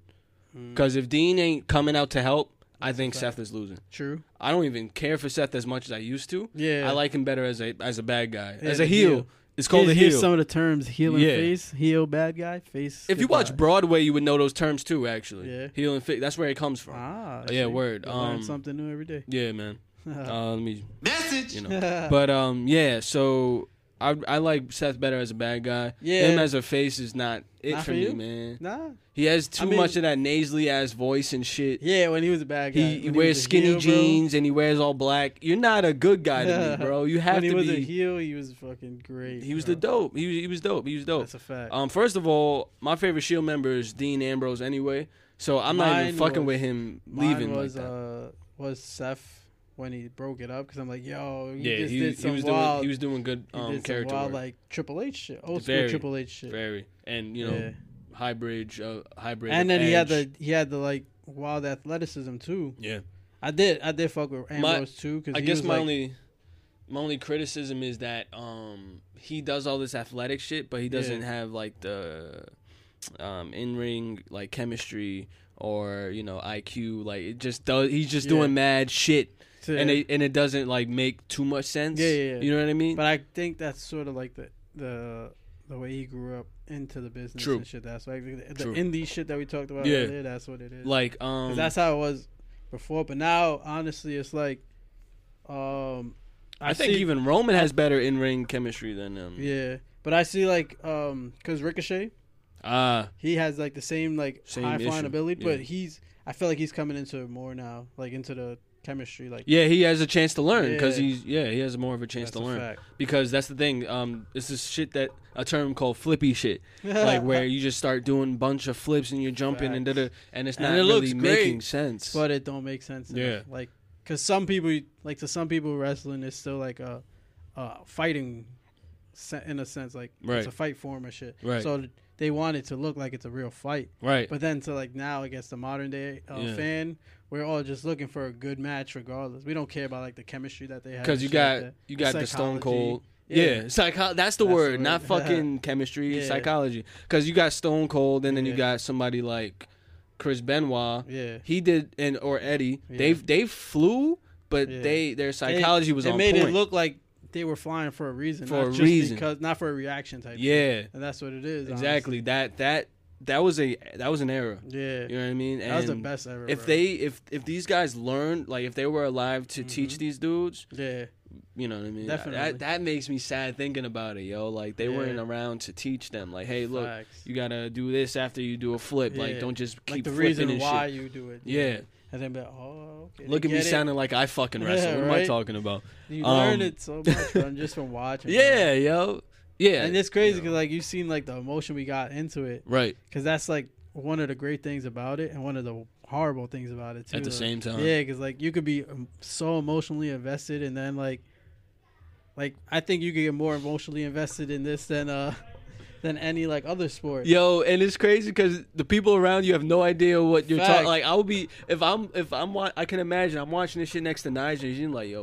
Speaker 2: Hmm.
Speaker 5: Because if Dean ain't coming out to help, I think Seth is losing.
Speaker 2: True.
Speaker 5: I don't even care for Seth as much as I used to.
Speaker 2: Yeah.
Speaker 5: I like him better as a as a bad guy,
Speaker 2: Yeah,
Speaker 5: as a
Speaker 2: the
Speaker 5: heel.
Speaker 2: heel.
Speaker 5: It's called a
Speaker 2: Here's- here's
Speaker 5: heel.
Speaker 2: some of the terms: heel and
Speaker 5: Yeah.
Speaker 2: face, heel bad guy, face.
Speaker 5: If you
Speaker 2: goodbye.
Speaker 5: watch Broadway, you would know those terms too. Actually,
Speaker 2: Yeah.
Speaker 5: heel and fit. That's where it comes from.
Speaker 2: ah,
Speaker 5: yeah,
Speaker 2: see,
Speaker 5: word,
Speaker 2: you learn
Speaker 5: um,
Speaker 2: something new every day.
Speaker 5: Yeah, man. uh, let me,
Speaker 6: Message.
Speaker 5: you know. but um, yeah. So I I like Seth better as a bad guy.
Speaker 2: Yeah.
Speaker 5: him as a face is not it
Speaker 2: Not
Speaker 5: for,
Speaker 2: for
Speaker 5: me,
Speaker 2: you?
Speaker 5: man.
Speaker 2: Nah.
Speaker 5: He has too
Speaker 2: I mean-
Speaker 5: much of that nasally ass voice and shit.
Speaker 2: Yeah, when he was a bad guy,
Speaker 5: He,
Speaker 2: When
Speaker 5: he wears
Speaker 2: was a
Speaker 5: skinny
Speaker 2: heel, bro.
Speaker 5: jeans and he wears all black. You're not a good guy to me, bro. You have
Speaker 2: when he
Speaker 5: to
Speaker 2: was
Speaker 5: be.
Speaker 2: a heel, he was fucking great.
Speaker 5: He was
Speaker 2: bro.
Speaker 5: the dope. He was, he was dope. He was dope.
Speaker 2: That's a fact.
Speaker 5: Um, first of all, my favorite Shield member is Dean Ambrose anyway, so I'm not
Speaker 2: Mine
Speaker 5: even fucking
Speaker 2: was-
Speaker 5: with him
Speaker 2: Mine
Speaker 5: leaving
Speaker 2: was
Speaker 5: like that.
Speaker 2: uh was Seth when he broke it up because I'm like, yo, he
Speaker 5: yeah,
Speaker 2: just
Speaker 5: he,
Speaker 2: did
Speaker 5: he
Speaker 2: some
Speaker 5: was
Speaker 2: wild,
Speaker 5: doing he was doing good
Speaker 2: he
Speaker 5: um,
Speaker 2: did some
Speaker 5: character
Speaker 2: wild,
Speaker 5: work.
Speaker 2: like Triple H shit, old
Speaker 5: Very,
Speaker 2: school Triple H shit.
Speaker 5: Very and you know
Speaker 2: Yeah.
Speaker 5: hybrid uh, hybrid
Speaker 2: and then he had
Speaker 5: edge.
Speaker 2: the he had the like wild athleticism too.
Speaker 5: yeah.
Speaker 2: I did I did fuck with Ambrose too because
Speaker 5: I guess my only my only criticism is that um he does all this athletic shit, but he doesn't have like the um in ring like chemistry or you know IQ. Like it just does. He's just
Speaker 2: Yeah.
Speaker 5: doing mad shit,
Speaker 2: To-
Speaker 5: and it and it doesn't like make too much sense.
Speaker 2: Yeah, yeah, yeah.
Speaker 5: You know what I mean?
Speaker 2: but I think that's sort of like the the the way he grew up into the business
Speaker 5: True.
Speaker 2: and shit. That's like the, the
Speaker 5: True.
Speaker 2: indie shit that we talked about
Speaker 5: Yeah.
Speaker 2: earlier. That's what it is.
Speaker 5: like um
Speaker 2: 'Cause that's how it was before. But now, honestly, it's like, um,
Speaker 5: I, think
Speaker 2: see-
Speaker 5: even Roman has better in ring chemistry than him.
Speaker 2: yeah. But I see like, um, cause Ricochet,
Speaker 5: Ah,
Speaker 2: he has like the same like
Speaker 5: Same
Speaker 2: high flying
Speaker 5: issue,
Speaker 2: ability,
Speaker 5: yeah.
Speaker 2: but he's I feel like he's coming into it more now, like into the chemistry, like
Speaker 5: yeah, he has a chance to learn because
Speaker 2: Yeah.
Speaker 5: he's yeah he has more of a chance
Speaker 2: That's
Speaker 5: to
Speaker 2: a
Speaker 5: learn
Speaker 2: fact.
Speaker 5: because that's the thing. Um, it's this shit that a term called flippy shit, like where you just start doing a bunch of flips and you're jumping and da and it's
Speaker 2: And
Speaker 5: not
Speaker 2: it
Speaker 5: really
Speaker 2: looks
Speaker 5: making
Speaker 2: great,
Speaker 5: sense.
Speaker 2: but it don't make sense.
Speaker 5: Yeah.
Speaker 2: enough. like because some people like to some people wrestling is still like a, a fighting, se- in a sense, like
Speaker 5: Right.
Speaker 2: it's a fight form or shit.
Speaker 5: Right.
Speaker 2: So they want it to look like it's a real fight.
Speaker 5: right,
Speaker 2: But then to like now, I guess the modern day uh,
Speaker 5: Yeah.
Speaker 2: fan, we're all just looking for a good match, regardless. We don't care about like the chemistry that they have.
Speaker 5: because you
Speaker 2: and shit like
Speaker 5: got
Speaker 2: that.
Speaker 5: you got the Stone
Speaker 2: psychology.
Speaker 5: Cold.
Speaker 2: Yeah.
Speaker 5: Yeah, psycho- that's the
Speaker 2: That's the
Speaker 5: word,
Speaker 2: word.
Speaker 5: not fucking chemistry,
Speaker 2: Yeah.
Speaker 5: psychology. Because you got Stone Cold, and then you
Speaker 2: Yeah.
Speaker 5: got somebody like Chris Benoit.
Speaker 2: Yeah.
Speaker 5: he did, and or Eddie.
Speaker 2: Yeah.
Speaker 5: They they flew, but
Speaker 2: Yeah.
Speaker 5: they their
Speaker 2: They-
Speaker 5: psychology was
Speaker 2: it
Speaker 5: on
Speaker 2: made
Speaker 5: point.
Speaker 2: it look like they were flying for a reason,
Speaker 5: For
Speaker 2: not
Speaker 5: a
Speaker 2: just
Speaker 5: reason.
Speaker 2: because not for a reaction type. thing.
Speaker 5: yeah,
Speaker 2: and that's what it is.
Speaker 5: Exactly. That that that was a that was an era.
Speaker 2: honestly. Yeah,
Speaker 5: You know what I mean?
Speaker 2: that was the
Speaker 5: And
Speaker 2: best ever.
Speaker 5: If
Speaker 2: bro.
Speaker 5: they if if these guys learned like if they were alive to
Speaker 2: Mm-hmm.
Speaker 5: teach these dudes,
Speaker 2: yeah,
Speaker 5: you know what I mean?
Speaker 2: Definitely.
Speaker 5: That that makes me sad thinking about it, yo. Like they
Speaker 2: Yeah.
Speaker 5: weren't around to teach them. Like, hey, look,
Speaker 2: Facts.
Speaker 5: you gotta do this after you do a flip. Like,
Speaker 2: Yeah.
Speaker 5: don't just keep
Speaker 2: like the
Speaker 5: flipping
Speaker 2: reason
Speaker 5: and
Speaker 2: why
Speaker 5: shit.
Speaker 2: you do it.
Speaker 5: Yeah.
Speaker 2: and then be like, oh, okay,
Speaker 5: Look
Speaker 2: they
Speaker 5: at me
Speaker 2: get it.
Speaker 5: sounding like I fucking
Speaker 2: Yeah,
Speaker 5: wrestle. What am I
Speaker 2: right?
Speaker 5: talking about?
Speaker 2: You
Speaker 5: um,
Speaker 2: learn it so much, bro, just from watching. bro.
Speaker 5: Yeah, yo. Yeah.
Speaker 2: and it's crazy because like you've seen like the emotion we got into it.
Speaker 5: right.
Speaker 2: because that's like one of the great things about it and one of the horrible things about it too.
Speaker 5: At the
Speaker 2: Like,
Speaker 5: same time.
Speaker 2: yeah, because like you could be um, so emotionally invested, and then like, like I think you could get more emotionally invested in this than uh than any like other sport.
Speaker 5: Yo, and it's crazy because the people around you have no idea what you're
Speaker 2: Facts.
Speaker 5: talking. Like, I would be if I'm if I'm wa- I can imagine I'm watching this shit next to Nigel. and She's like, yo,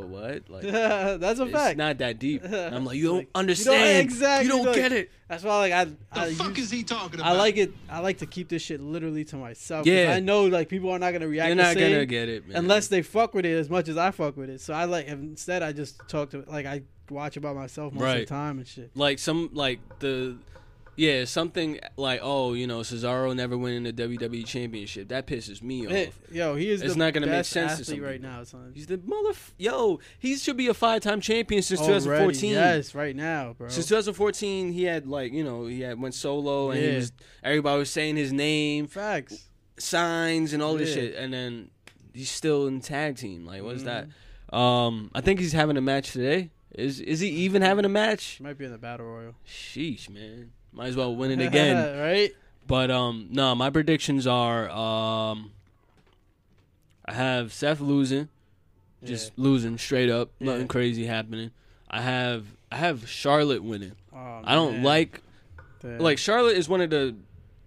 Speaker 5: what? Like, it's
Speaker 2: that's a fact.
Speaker 5: not that deep. And I'm like,
Speaker 2: Like, you
Speaker 5: you don't
Speaker 2: don't-
Speaker 5: understand.
Speaker 2: exactly,
Speaker 5: You don't
Speaker 2: like-
Speaker 5: get it.
Speaker 2: That's why like I
Speaker 6: The
Speaker 2: I,
Speaker 6: fuck
Speaker 2: use-
Speaker 6: is he talking about?
Speaker 2: I like it. I like to keep this shit literally to myself. 'cause
Speaker 5: Yeah.
Speaker 2: I know like people are not gonna react.
Speaker 5: You're
Speaker 2: the
Speaker 5: not gonna
Speaker 2: same.
Speaker 5: get it, man.
Speaker 2: unless they fuck with it as much as I fuck with it. So I like instead I just talk to like I watch about myself most
Speaker 5: Right.
Speaker 2: of the time and shit.
Speaker 5: like some like the yeah, something like, oh, you know, Cesaro never winning the WWE Championship. That pisses me
Speaker 2: Eh,
Speaker 5: off.
Speaker 2: yo, he is.
Speaker 5: Oh, It's
Speaker 2: the
Speaker 5: not gonna make
Speaker 2: best
Speaker 5: sense to
Speaker 2: athlete
Speaker 5: some
Speaker 2: right
Speaker 5: people.
Speaker 2: now, son.
Speaker 5: He's the motherf. Yo, he should be a five-time champion since
Speaker 2: Already,
Speaker 5: 2014.
Speaker 2: Yes, right now, bro.
Speaker 5: Since 2014, he had like you know he had went solo and he
Speaker 2: Yeah.
Speaker 5: was everybody was saying his name,
Speaker 2: Facts.
Speaker 5: signs and all this
Speaker 2: Yeah.
Speaker 5: shit, and then he's still in tag team. Like what is that? Um, I think he's having a match today. Is is he even having a match?
Speaker 2: Might be in the battle royal.
Speaker 5: Sheesh, man. Might as well win it again.
Speaker 2: right?
Speaker 5: But um, no, my predictions are um, I have Seth losing, just losing straight up, nothing
Speaker 2: Yeah.
Speaker 5: crazy happening. I have I have Charlotte winning.
Speaker 2: Oh,
Speaker 5: I don't
Speaker 2: man.
Speaker 5: like
Speaker 2: Damn.
Speaker 5: like Charlotte is one of the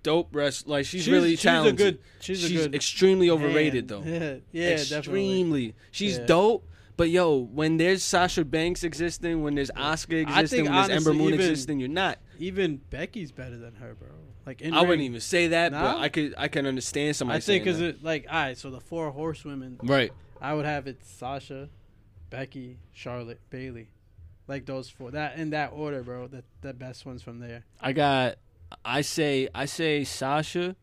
Speaker 5: dope rest. Like she's,
Speaker 2: She's-
Speaker 5: really
Speaker 2: she's a
Speaker 5: talented.
Speaker 2: good- she's a good
Speaker 5: extremely
Speaker 2: Man.
Speaker 5: overrated though.
Speaker 2: Yeah, yeah, definitely.
Speaker 5: extremely. She's
Speaker 2: Yeah.
Speaker 5: dope. But yo, when there's Sasha Banks existing, when there's Oscar
Speaker 2: I
Speaker 5: existing,
Speaker 2: think
Speaker 5: when there's Ember
Speaker 2: honestly,
Speaker 5: Moon
Speaker 2: even-
Speaker 5: existing, you're not.
Speaker 2: Even Becky's better than her, bro. Like in
Speaker 5: I wouldn't
Speaker 2: ring.
Speaker 5: even say that, but
Speaker 2: Nah.
Speaker 5: I could I can understand somebody.
Speaker 2: I think
Speaker 5: saying
Speaker 2: because
Speaker 5: that.
Speaker 2: it like all right. So the four horsewomen,
Speaker 5: right.
Speaker 2: I would have it: Sasha, Becky, Charlotte, Bailey. Like those four, that in that order, bro. The the best ones from there.
Speaker 5: I got. I say. I say Sasha,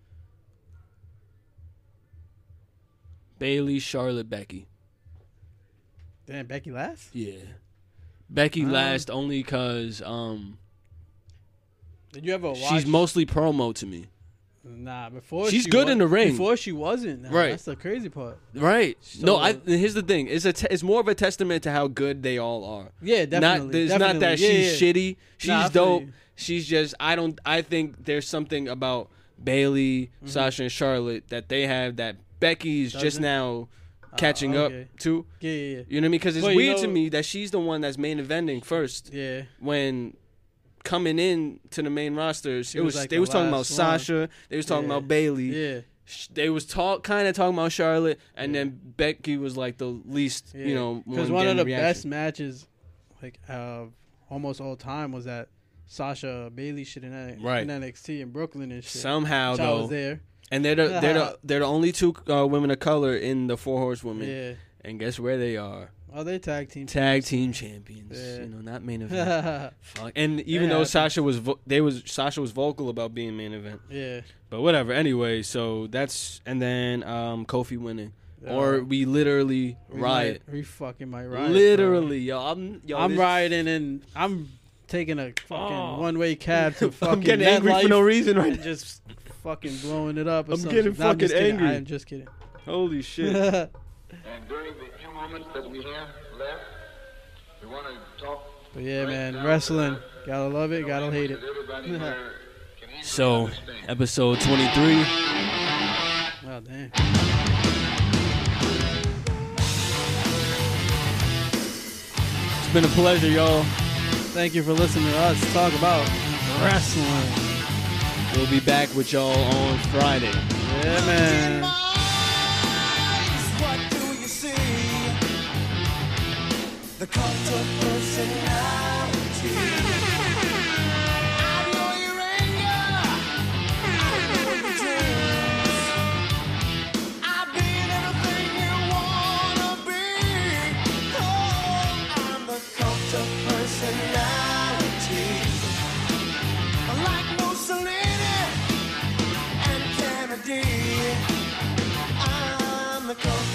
Speaker 5: Bailey, Charlotte, Becky.
Speaker 2: Damn, Becky last.
Speaker 5: Yeah, Becky
Speaker 2: Uh.
Speaker 5: last only because um
Speaker 2: Did you ever watch?
Speaker 5: she's mostly promo to me.
Speaker 2: nah. Before
Speaker 5: She's
Speaker 2: she
Speaker 5: good
Speaker 2: wa-
Speaker 5: in the ring.
Speaker 2: Before she wasn't. Nah,
Speaker 5: Right.
Speaker 2: That's the crazy part.
Speaker 5: Right. no, I
Speaker 2: So-
Speaker 5: here's the thing. It's a te- it's more of a testament to how good they all are.
Speaker 2: Yeah, definitely.
Speaker 5: Not that- it's not
Speaker 2: definitely.
Speaker 5: that
Speaker 2: Yeah,
Speaker 5: she's
Speaker 2: yeah.
Speaker 5: shitty. She's
Speaker 2: Nah, I feel
Speaker 5: dope.
Speaker 2: you.
Speaker 5: She's just I don't I think there's something about Bailey, Sasha, and Charlotte that they have that Becky's just
Speaker 2: Mm-hmm. Doesn't? Uh,
Speaker 5: now catching
Speaker 2: okay.
Speaker 5: up to.
Speaker 2: Yeah, yeah, yeah.
Speaker 5: You know what I mean? Because it's
Speaker 2: But you
Speaker 5: weird to
Speaker 2: know-
Speaker 5: me that she's the one that's main eventing first.
Speaker 2: Yeah.
Speaker 5: When coming in to the main roster, it was
Speaker 2: was like
Speaker 5: they
Speaker 2: the
Speaker 5: was talking about
Speaker 2: last one.
Speaker 5: Sasha. They was talking
Speaker 2: Yeah.
Speaker 5: about Bailey
Speaker 2: Yeah.
Speaker 5: sh- they was talk kind of talking about Charlotte, and then Becky was like the least, you know,
Speaker 2: because one of
Speaker 5: getting
Speaker 2: the
Speaker 5: reaction.
Speaker 2: best matches, like of almost all time, was that Sasha Bailey shit in, N-
Speaker 5: Right.
Speaker 2: in NXT in Brooklyn and shit.
Speaker 5: Somehow
Speaker 2: Which I was
Speaker 5: though,
Speaker 2: there.
Speaker 5: and they're the, they're the, they're the only two uh, women of color in the Four Horsewomen,
Speaker 2: Yeah.
Speaker 5: and guess where they are?
Speaker 2: Oh, they tag team.
Speaker 5: Tag team champions.
Speaker 2: Yeah.
Speaker 5: You know, not main event.
Speaker 2: yeah.
Speaker 5: Fuck. And even though
Speaker 2: happens.
Speaker 5: Sasha was vo- they was Sasha was vocal about being main event, but whatever. Anyway, so that's and then um, Kofi winning, or
Speaker 2: Yeah.
Speaker 5: we literally
Speaker 2: We
Speaker 5: riot.
Speaker 2: might- We fucking might riot. bro.
Speaker 5: literally, yo, I'm yo,
Speaker 2: I'm
Speaker 5: this-
Speaker 2: rioting and I'm taking a fucking
Speaker 5: Oh.
Speaker 2: one way cab to fucking
Speaker 5: I'm getting angry for
Speaker 2: MetLife
Speaker 5: no reason right
Speaker 2: And just fucking blowing it up. or
Speaker 5: I'm
Speaker 2: some
Speaker 5: getting
Speaker 2: shit. No, I'm just
Speaker 5: fucking
Speaker 2: kidding. I
Speaker 5: angry.
Speaker 2: am just kidding.
Speaker 5: Holy shit.
Speaker 2: but
Speaker 3: And during the few moments that we have left, we want to talk.
Speaker 2: Oh, yeah, man, wrestling. Gotta love it. Gotta hate it.
Speaker 5: So, episode 23.
Speaker 2: Oh damn.
Speaker 5: It's been a pleasure, y'all.
Speaker 2: Thank you for listening to us talk about wrestling.
Speaker 5: We'll be back with y'all on Friday.
Speaker 2: Yeah, man.
Speaker 4: What do you see? The cult of personality. I'm your anger. I'm your dreams. I've been everything you wanna be. Oh, I'm the cult of personality. Like Mussolini and Kennedy. I'm the cult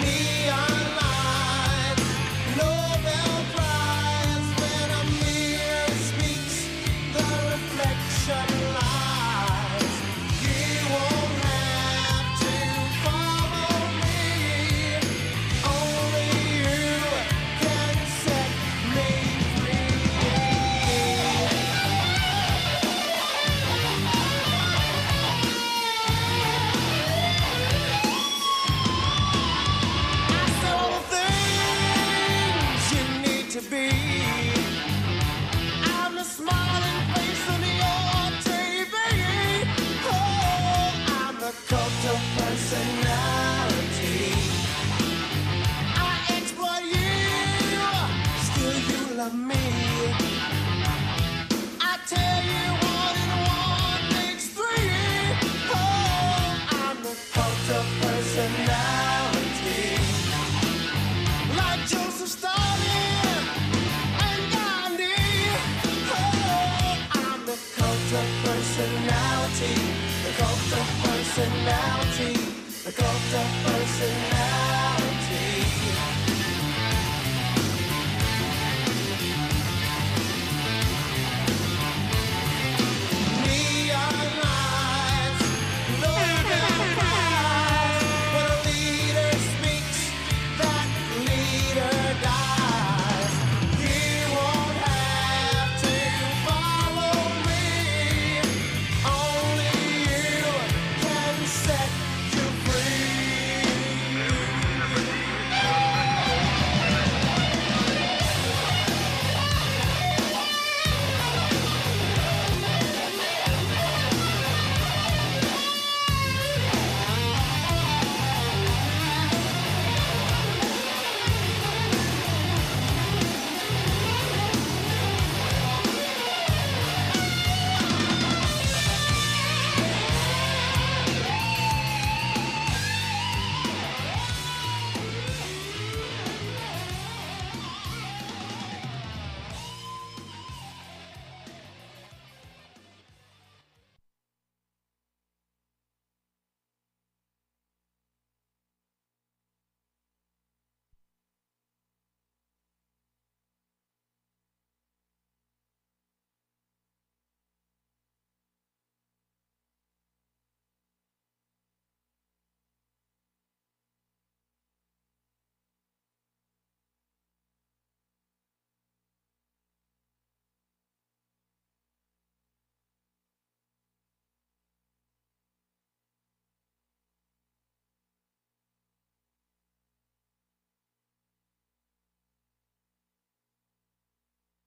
Speaker 4: Neon lights, Nobel Prize. When a mirror speaks, the reflection lies. You won't have to follow me. Only you can set me free. Oh, Oh, Oh, personality, a cult of personality.